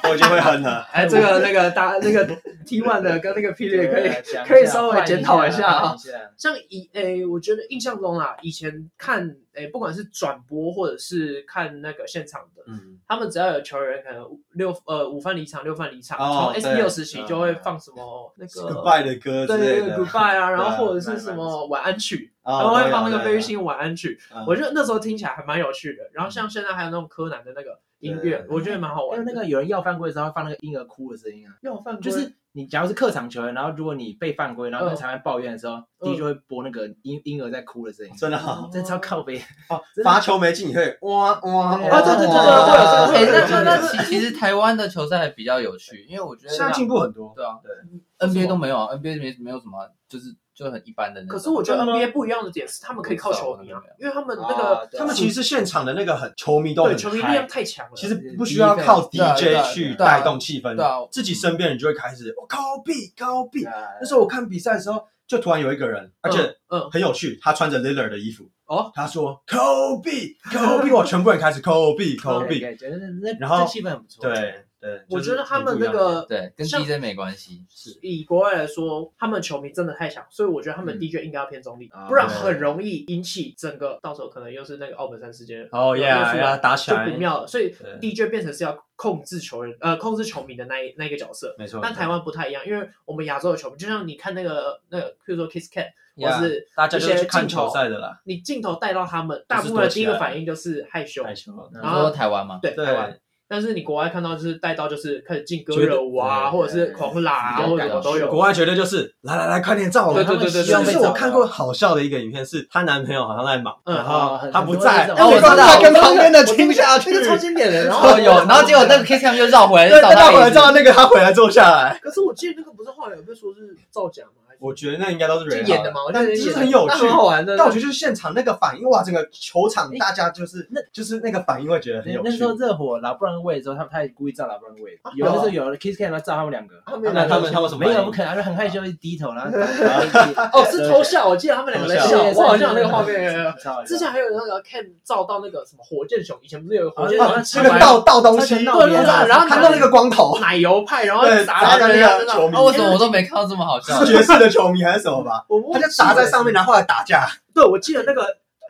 Speaker 5: 我已经会 恨了。
Speaker 1: 哎，这个那个大那个 T one 的跟那个 P 的可以。
Speaker 4: 以
Speaker 1: 可以稍微检讨一下啊
Speaker 4: 一下
Speaker 1: 像以诶、我觉得印象中啊，以前看诶、不管是转播或者是看那个现场的，
Speaker 5: 嗯，
Speaker 1: 他们只要有球员可能五六呃午饭离场、六饭离场，
Speaker 5: 哦
Speaker 1: 从 S
Speaker 5: 对嗯
Speaker 1: 六时期就会放什么那个
Speaker 5: Goodbye 的歌之类
Speaker 1: 对
Speaker 5: 的，啊
Speaker 1: Goodbye 啊，然
Speaker 5: 对啊哦
Speaker 1: 后或者是什么晚安曲，他们会放那个飞行晚安曲，我
Speaker 5: 就
Speaker 1: 觉得那时候听起来还蛮有趣的。然后像现在还有那种柯南的那个音
Speaker 5: 嗯对对
Speaker 1: 乐
Speaker 5: 对，
Speaker 1: 我觉得蛮好
Speaker 4: 还有
Speaker 1: 玩的。
Speaker 4: 那个有人要犯规的时候，放那个婴儿哭的声音啊，
Speaker 1: 要犯规
Speaker 4: 就是你假如是客场球员，然后如果你被犯规，然后跟裁判抱怨的时候，第一就会播那个婴婴儿在哭的声音，
Speaker 5: 嗯真的好
Speaker 4: 这超靠背。
Speaker 5: 哦
Speaker 4: 真的
Speaker 5: 罚球没进，你会哇哇
Speaker 4: 对
Speaker 5: 哇
Speaker 4: 啊对对对
Speaker 5: 哇
Speaker 4: 对对
Speaker 3: 哎，那
Speaker 1: 对
Speaker 3: 那那
Speaker 1: 对
Speaker 3: 其其实台湾的球赛比较有趣，因为我觉
Speaker 5: 现在
Speaker 3: 得
Speaker 5: 进步很多。
Speaker 3: 对啊
Speaker 1: 对
Speaker 3: ，NBA 都没有啊，NBA 没没有什么，就是就很一般的那种。
Speaker 1: 可是我觉得
Speaker 5: 真的吗
Speaker 1: NBA 不一样的点是，他们可以靠球迷啊
Speaker 3: 我知道，
Speaker 1: 因为他们那
Speaker 4: 啊
Speaker 1: 个
Speaker 4: 对啊
Speaker 5: 他们其实现场的那个很球迷都
Speaker 1: 对
Speaker 5: 很
Speaker 1: 球迷力
Speaker 5: 嗨
Speaker 1: 量太强了。
Speaker 5: 其实不需要靠
Speaker 3: 对啊对
Speaker 5: DJ
Speaker 3: 啊
Speaker 5: 去
Speaker 3: 对啊
Speaker 5: 带动气氛
Speaker 3: 对啊，
Speaker 5: 自己身边人就会开始，我高比高比。那
Speaker 4: 那
Speaker 5: 时候我看比赛的时候，就突然有一个人，而且
Speaker 1: 嗯，嗯，
Speaker 5: 很有趣，他穿着 Lillard 的衣服，
Speaker 1: 哦，
Speaker 5: 他说 Kobe Kobe，我全部人开始 Kobe Kobe，
Speaker 4: 觉得那
Speaker 5: 然后
Speaker 4: 这气氛很不错。
Speaker 5: 对对，
Speaker 1: 我
Speaker 5: 就是
Speaker 1: 觉得他们那
Speaker 5: 很不一样
Speaker 1: 个
Speaker 3: 对，跟
Speaker 1: 像
Speaker 3: DJ 没关系，是
Speaker 1: 以国外来说，他们球迷真的太强，所以我觉得他们
Speaker 3: 嗯
Speaker 1: DJ 应该要偏中立，
Speaker 4: 啊
Speaker 1: 不然
Speaker 5: 对
Speaker 1: 很容易引起整个到时候可能又是那个奥本山事件
Speaker 5: 哦
Speaker 1: 有
Speaker 5: yeah
Speaker 1: 有
Speaker 5: yeah 打起
Speaker 1: 就
Speaker 5: 来
Speaker 1: 不，妙了。所以
Speaker 5: 对
Speaker 1: DJ 变成是要控制球员呃控制球迷的那一那一个角色。
Speaker 5: 没错。
Speaker 1: 但台湾不太一样，因为我们亚洲的球迷，就像你看那个那个，譬如说 Kiss Cat，
Speaker 5: 对
Speaker 1: 或
Speaker 5: Yeah，
Speaker 1: 是
Speaker 5: 大家
Speaker 1: 一
Speaker 5: 就
Speaker 1: 些
Speaker 5: 是去看
Speaker 1: 镜头
Speaker 5: 球赛的啦，
Speaker 1: 你镜头带到他们，大部分的第一个反应就是害羞，
Speaker 5: 害羞。
Speaker 3: 你
Speaker 1: 然后
Speaker 3: 说台湾吗？
Speaker 1: 对台湾
Speaker 5: 对。
Speaker 1: 但是你国外看到就是带到就是开始劲歌
Speaker 5: 觉得
Speaker 1: 热舞啊，
Speaker 3: 对
Speaker 1: 或者是狂拉
Speaker 3: 比
Speaker 1: 啊，
Speaker 3: 较
Speaker 1: 或者什么
Speaker 3: 感
Speaker 1: 都有。
Speaker 5: 国外绝对就是来来来，快点照我！
Speaker 1: 对对对对对
Speaker 5: 但是
Speaker 1: 对
Speaker 5: 我看过好笑的一个影片，是她男朋友好像在忙，
Speaker 1: 嗯
Speaker 5: 然后
Speaker 4: 很
Speaker 5: 她不
Speaker 4: 很多
Speaker 5: 在，
Speaker 4: 这种
Speaker 5: 然后
Speaker 3: 哦我知道
Speaker 5: 在
Speaker 3: 我
Speaker 5: 跟
Speaker 3: 知道
Speaker 5: 旁边的
Speaker 1: 我
Speaker 5: 听下去，
Speaker 1: 这个超经典的。然后
Speaker 3: 哦有，然后结果那个 Kiss 他们就绕回来，
Speaker 5: 对，
Speaker 3: 绕
Speaker 5: 但
Speaker 3: 到
Speaker 5: 他回来
Speaker 3: 一起
Speaker 5: 照那个，他回来坐下来。
Speaker 1: 可是我记得那个不是后来有被说是造假吗？还是
Speaker 5: 我觉得那应该都是
Speaker 1: 是
Speaker 5: 人
Speaker 1: 演的吗？我
Speaker 5: 但
Speaker 1: 觉得
Speaker 5: 就是
Speaker 1: 演的
Speaker 5: 很有
Speaker 1: 那
Speaker 5: 趣
Speaker 1: 很。好玩的。
Speaker 5: 但我觉得就是现场那个反应，哇，整个球场大家就是那，就是那个反应会觉得很
Speaker 4: 那
Speaker 5: 有
Speaker 4: 那
Speaker 5: 趣啊
Speaker 4: 时。候热火老布朗位的时候，他们他也故意照老布朗位
Speaker 1: 啊，
Speaker 4: 有的时候有 Kiss Can 照他们两个，
Speaker 1: 他们
Speaker 5: 那
Speaker 1: 两个
Speaker 5: 他们他们什么
Speaker 4: 没
Speaker 5: 反应？
Speaker 4: 有不可能，他们很害羞，一低头，然后然后一起
Speaker 1: 哦是偷笑，我记得他们两个在
Speaker 5: 偷
Speaker 1: 笑
Speaker 5: 笑，
Speaker 1: 我好像有那个画面。
Speaker 4: 超好笑
Speaker 1: 之前还有那个 Ken 照到那个什么火箭熊，以前不是有火箭
Speaker 4: 哦
Speaker 1: 熊
Speaker 5: 这个倒倒东
Speaker 4: 他
Speaker 5: 西，
Speaker 4: 全
Speaker 1: 倒别人
Speaker 5: 哇
Speaker 1: 然后
Speaker 5: 看到那个光头，
Speaker 1: 奶油派，然后
Speaker 5: 对，
Speaker 1: 砸
Speaker 5: 砸
Speaker 1: 在
Speaker 5: 在
Speaker 1: 人家身
Speaker 5: 那个
Speaker 1: 上
Speaker 5: 球迷
Speaker 3: 啊，，为什么我都没看到这么好笑
Speaker 5: 是？ 爵士的球迷还是什么吧？
Speaker 1: 我忘
Speaker 5: 他
Speaker 1: 记
Speaker 5: 就
Speaker 1: 了
Speaker 5: 砸在上面，然后后来打架。
Speaker 1: 对，我记得那个，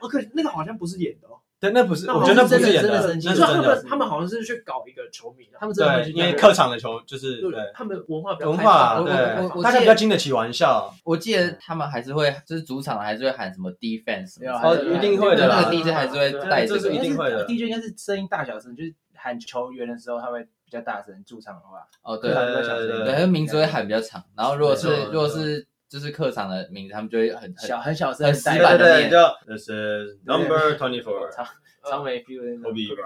Speaker 1: 哦，可是那个好像不是演的哦，
Speaker 5: 对，那不是
Speaker 1: 那我觉得那不是
Speaker 4: 演的真的
Speaker 1: 就
Speaker 4: 那是
Speaker 1: 他
Speaker 4: 真的
Speaker 1: 们他们好像是去搞一个球迷，
Speaker 4: 他
Speaker 1: 他们
Speaker 4: 们真的会去看
Speaker 5: 场的球就是
Speaker 1: 对他们文化比较
Speaker 5: 文
Speaker 1: 开
Speaker 5: 化
Speaker 1: 放
Speaker 3: 我我
Speaker 5: 对，
Speaker 3: 我
Speaker 5: 大
Speaker 3: 记
Speaker 5: 家
Speaker 3: 得
Speaker 5: 比较经得起玩笑，
Speaker 3: 我记得他们还是会，就是主场还是会喊什么 defense，
Speaker 4: 对啊
Speaker 3: 还是
Speaker 4: 哦一定会的
Speaker 3: 那
Speaker 4: 啦
Speaker 3: 个 DJ 还是会带
Speaker 5: 这是一
Speaker 3: 个。
Speaker 5: 定会的
Speaker 4: DJ 应该是声音大小声，就是喊球员的时候他会比较大声，驻场的话，
Speaker 3: 哦，对
Speaker 5: 对
Speaker 4: 啊
Speaker 3: 对，
Speaker 5: 对对
Speaker 3: 对，
Speaker 5: 对
Speaker 3: 他名字会喊比较长，然后如果
Speaker 5: 没
Speaker 3: 是
Speaker 5: 错
Speaker 3: 如果是就是客场的名字，他们就会很很
Speaker 4: 小很小声，
Speaker 3: 很
Speaker 4: 很呆
Speaker 3: 死板
Speaker 4: 板
Speaker 3: 的
Speaker 4: 的，
Speaker 3: 面
Speaker 5: 对，就 This is number twenty four，
Speaker 4: 超超没 feel 的那种。
Speaker 5: Kobe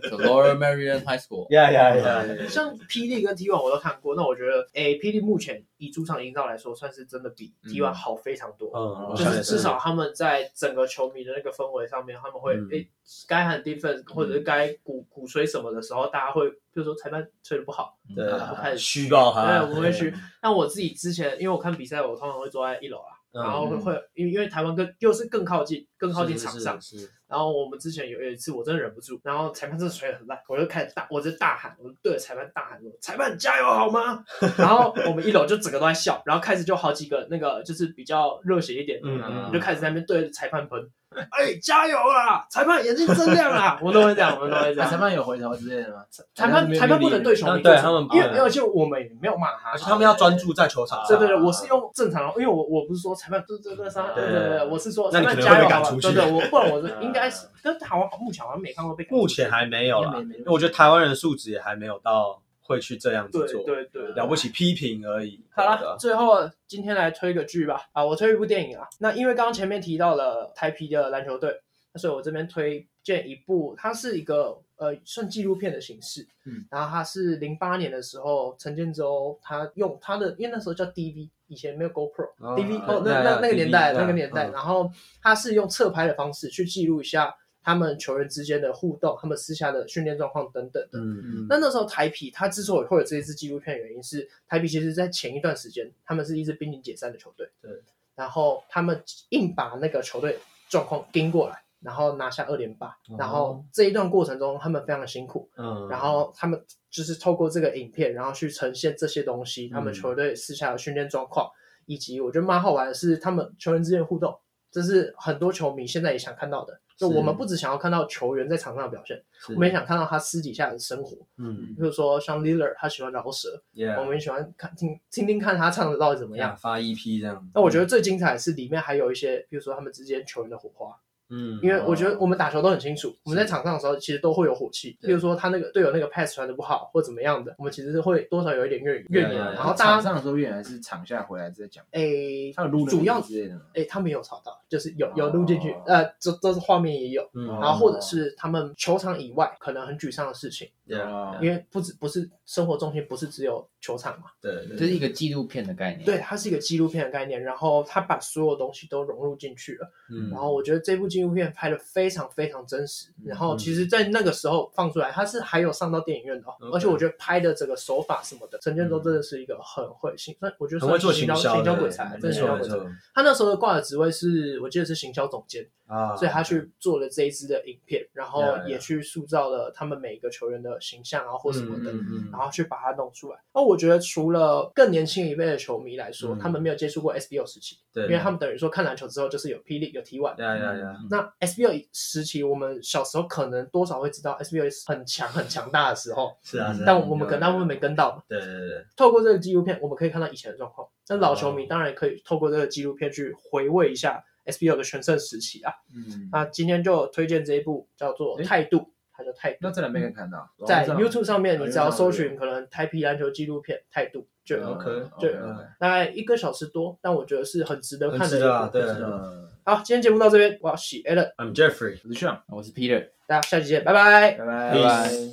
Speaker 3: 呃 Lower Marion High School。
Speaker 5: Yeah yeah yeah，
Speaker 1: 像 P D 跟 T One 我都看过，那我觉得，诶 p D 目前以主场营造来说，算是真的比 T One 好非常多。
Speaker 5: 嗯
Speaker 1: 就
Speaker 4: 我
Speaker 1: 是
Speaker 4: 想
Speaker 1: 至少他们在整个球迷的那个氛围上面，他们会
Speaker 5: 嗯
Speaker 1: 诶该喊 defense 或者是该鼓鼓吹什么的时候，大家会，比如说裁判吹的不好，
Speaker 5: 对
Speaker 1: 大家会开始
Speaker 5: 虚报
Speaker 1: 对
Speaker 5: 哈，，
Speaker 1: 我会去。但我自己之前，因为我看比赛，我通常会坐在一楼啊，
Speaker 5: 嗯
Speaker 1: 然后会会，因为因为台湾更又是更靠近，更靠近场上。
Speaker 5: 是，
Speaker 1: 然后我们之前有有一次，我真的忍不住，然后裁判真的吹得很烂，我就开始大，我就大喊，我就对着裁判大喊说：“裁判加油好吗？” 然后我们一楼就整个都在笑，然后开始就好几个那个就是比较热血一点的，
Speaker 5: 嗯
Speaker 1: 我
Speaker 5: 嗯
Speaker 1: 就开始在那边对着裁判喷：“哎，加油啊！裁判眼睛睁亮啊！”我都会这样，我都会这
Speaker 4: 啊裁
Speaker 1: 样。
Speaker 4: 判有回头之类的吗？
Speaker 1: 裁判裁判不能对球迷
Speaker 5: 啊对
Speaker 1: 做什么
Speaker 5: 他们
Speaker 1: 因为
Speaker 5: 不能
Speaker 1: 因为就我们也没有骂他
Speaker 5: 而，且他们要专注在球场啊
Speaker 1: 对
Speaker 5: 上，
Speaker 1: 对对，我是用正常，因为我我不是说裁判对对对啥，对对对，我是说裁
Speaker 5: 那你
Speaker 1: 判
Speaker 5: 可能
Speaker 1: 加
Speaker 5: 会
Speaker 1: 油
Speaker 5: 被赶
Speaker 1: 好吧
Speaker 5: 出
Speaker 1: 对
Speaker 5: 去嗯
Speaker 1: 对，我不然 我是应该是，但台湾目前好像没看过被赶出去
Speaker 5: 目前还没有啦，
Speaker 4: 没没没
Speaker 5: 因为我觉得台湾人素质也还没有到会去这样子
Speaker 1: 对
Speaker 5: 做，
Speaker 1: 对对。对
Speaker 5: 了不起批评而已。
Speaker 1: 好
Speaker 5: 对
Speaker 1: 啦，
Speaker 5: 啊，
Speaker 1: 最后今天来推个剧吧。啊，我推一部电影啊。那因为刚刚前面提到了台皮的篮球队，那所以我这边推荐一部，它是一个呃算纪录片的形式。
Speaker 4: 嗯，
Speaker 1: 然后它是零八年的时候，陈建州他用他的，因为那时候叫 DV，以前没有 GoPro，D V 哦，那那那个年
Speaker 5: 啊
Speaker 1: 代，那个年代，然后他是用侧拍的方式去记录一下他们球员之间的互动，他们私下的训练状况等等的。
Speaker 5: 嗯
Speaker 1: 那那时候台皮他之所以会有这一支纪录片，的原因是台皮其实在前一段时间，他们是一支濒临解散的球队，
Speaker 5: 对，
Speaker 1: 然后他们硬把那个球队状况盯过来，然后拿下二连霸，然后这一段过程中他们非常的辛苦，
Speaker 5: 嗯
Speaker 1: 然后他们就是透过这个影片，然后去呈现这些东西，
Speaker 5: 嗯
Speaker 1: 他们球队私下的训练状况，以及我觉得蛮好玩的是他们球员之间的互动，这是很多球迷现在也想看到的。就我们不只想要看到球员在场上的表现，
Speaker 5: 是
Speaker 1: 我们也想看到他私底下的生活。
Speaker 5: 嗯
Speaker 1: 比如说像 Lillard，他喜欢饶舌，我
Speaker 5: ，Yeah，啊
Speaker 1: 们也喜欢看听听听看他唱的到底怎么样。
Speaker 5: 发 EP 这样。
Speaker 1: 那我觉得最精彩的是里面还有一些，比如说他们之间球员的火花，
Speaker 5: 嗯，
Speaker 1: 因为我觉
Speaker 4: 哦
Speaker 1: 得我们打球都很清楚，我们在场上的时候其实都会有火气。比如说他那个队友那个 pass 传的不好或怎么样的，我们其实是会多少有一点怨
Speaker 4: 啊
Speaker 1: 怨言。
Speaker 5: 对对对
Speaker 1: 然后大
Speaker 4: 场
Speaker 1: 家
Speaker 4: 上的时候原来是场下回来在讲，
Speaker 1: 诶
Speaker 4: 他有录那个
Speaker 1: 主要
Speaker 4: 之类的吗，
Speaker 1: 诶他们有吵到，就是有有
Speaker 4: 哦
Speaker 1: 录进去，呃，这都是画面也有。
Speaker 5: 嗯，
Speaker 1: 然后或者是他们球场以外可能很沮丧的事情，
Speaker 5: Yeah，
Speaker 4: 哦
Speaker 1: 啊因为不止不是生活中心不是只有球场嘛，
Speaker 5: 对，
Speaker 3: 这是一个纪录片的概念。
Speaker 1: 对，，它是一个纪录片的概念，然后他把所有东西都融入进去了。
Speaker 5: 嗯
Speaker 1: 然后我觉得这部纪录片拍的非常非常真实，然
Speaker 5: 嗯
Speaker 1: 后其实，在那个时候放出来，它是还有上到电影院的、哦，
Speaker 5: OK 嗯
Speaker 1: 而且我觉得拍的这个手法什么的，陈建州真的是一个很会行，那我觉得
Speaker 5: 很会
Speaker 1: 算
Speaker 5: 做
Speaker 1: 行
Speaker 5: 行销
Speaker 1: 行销
Speaker 5: 的
Speaker 1: 鬼才，
Speaker 5: 没
Speaker 1: 真的行
Speaker 5: 错
Speaker 1: 销
Speaker 5: 没
Speaker 1: 鬼才。
Speaker 5: 错
Speaker 1: 他那时候挂的职位是我记得是行销总监，
Speaker 5: 啊，
Speaker 1: 所以他去做了这一支的影片，然后
Speaker 5: Yeah, yeah.
Speaker 1: 也去塑造了他们每一个球员的形象啊或什么的。
Speaker 5: 嗯嗯
Speaker 1: 然后去把它弄出来。那我觉得，除了更年轻一辈的球迷来说，
Speaker 5: 嗯
Speaker 1: 他们没有接触过 SBO 时期，
Speaker 5: 对，
Speaker 1: 因为他们等于说看篮球之后就是有霹雳、有 T1，
Speaker 5: 呀呀呀，
Speaker 1: 那 SBO 时期，我们小时候可能多少会知道 SBO 是很强很强大的时候，
Speaker 5: 是啊，是啊
Speaker 1: 嗯但我们可能大部分没跟到嘛。
Speaker 5: 对对对，
Speaker 1: 透过这个纪录片，我们可以看到以前的状况。那老球
Speaker 5: 嗯
Speaker 1: 迷当然可以透过这个纪录片去回味一下 SBO 的全盛时期啊。
Speaker 4: 嗯，
Speaker 1: 那今天就推荐这一部叫做
Speaker 4: 诶
Speaker 1: 《态度》，它叫《态度
Speaker 4: 那》。在哪边可以看到？
Speaker 1: 在 YouTube 上面，
Speaker 4: 哦
Speaker 1: 你只要
Speaker 4: YouTube 上
Speaker 1: 搜寻可能台皮篮球纪录片《态度》就有，
Speaker 5: OK，
Speaker 1: 就
Speaker 4: 嗯
Speaker 1: 嗯
Speaker 4: OK，
Speaker 1: 大概一个小时多，但我觉得是很值得
Speaker 5: 很
Speaker 1: 看的一
Speaker 5: 值得啊
Speaker 1: 部。
Speaker 5: 对啊
Speaker 4: 嗯，
Speaker 1: 好，今天节目到这边，我要洗 a l l n
Speaker 5: I'm Jeffrey。
Speaker 4: 我是炫，
Speaker 3: 我是 Peter，
Speaker 1: 大家下期见，拜拜。
Speaker 4: 拜拜。
Speaker 3: 拜拜。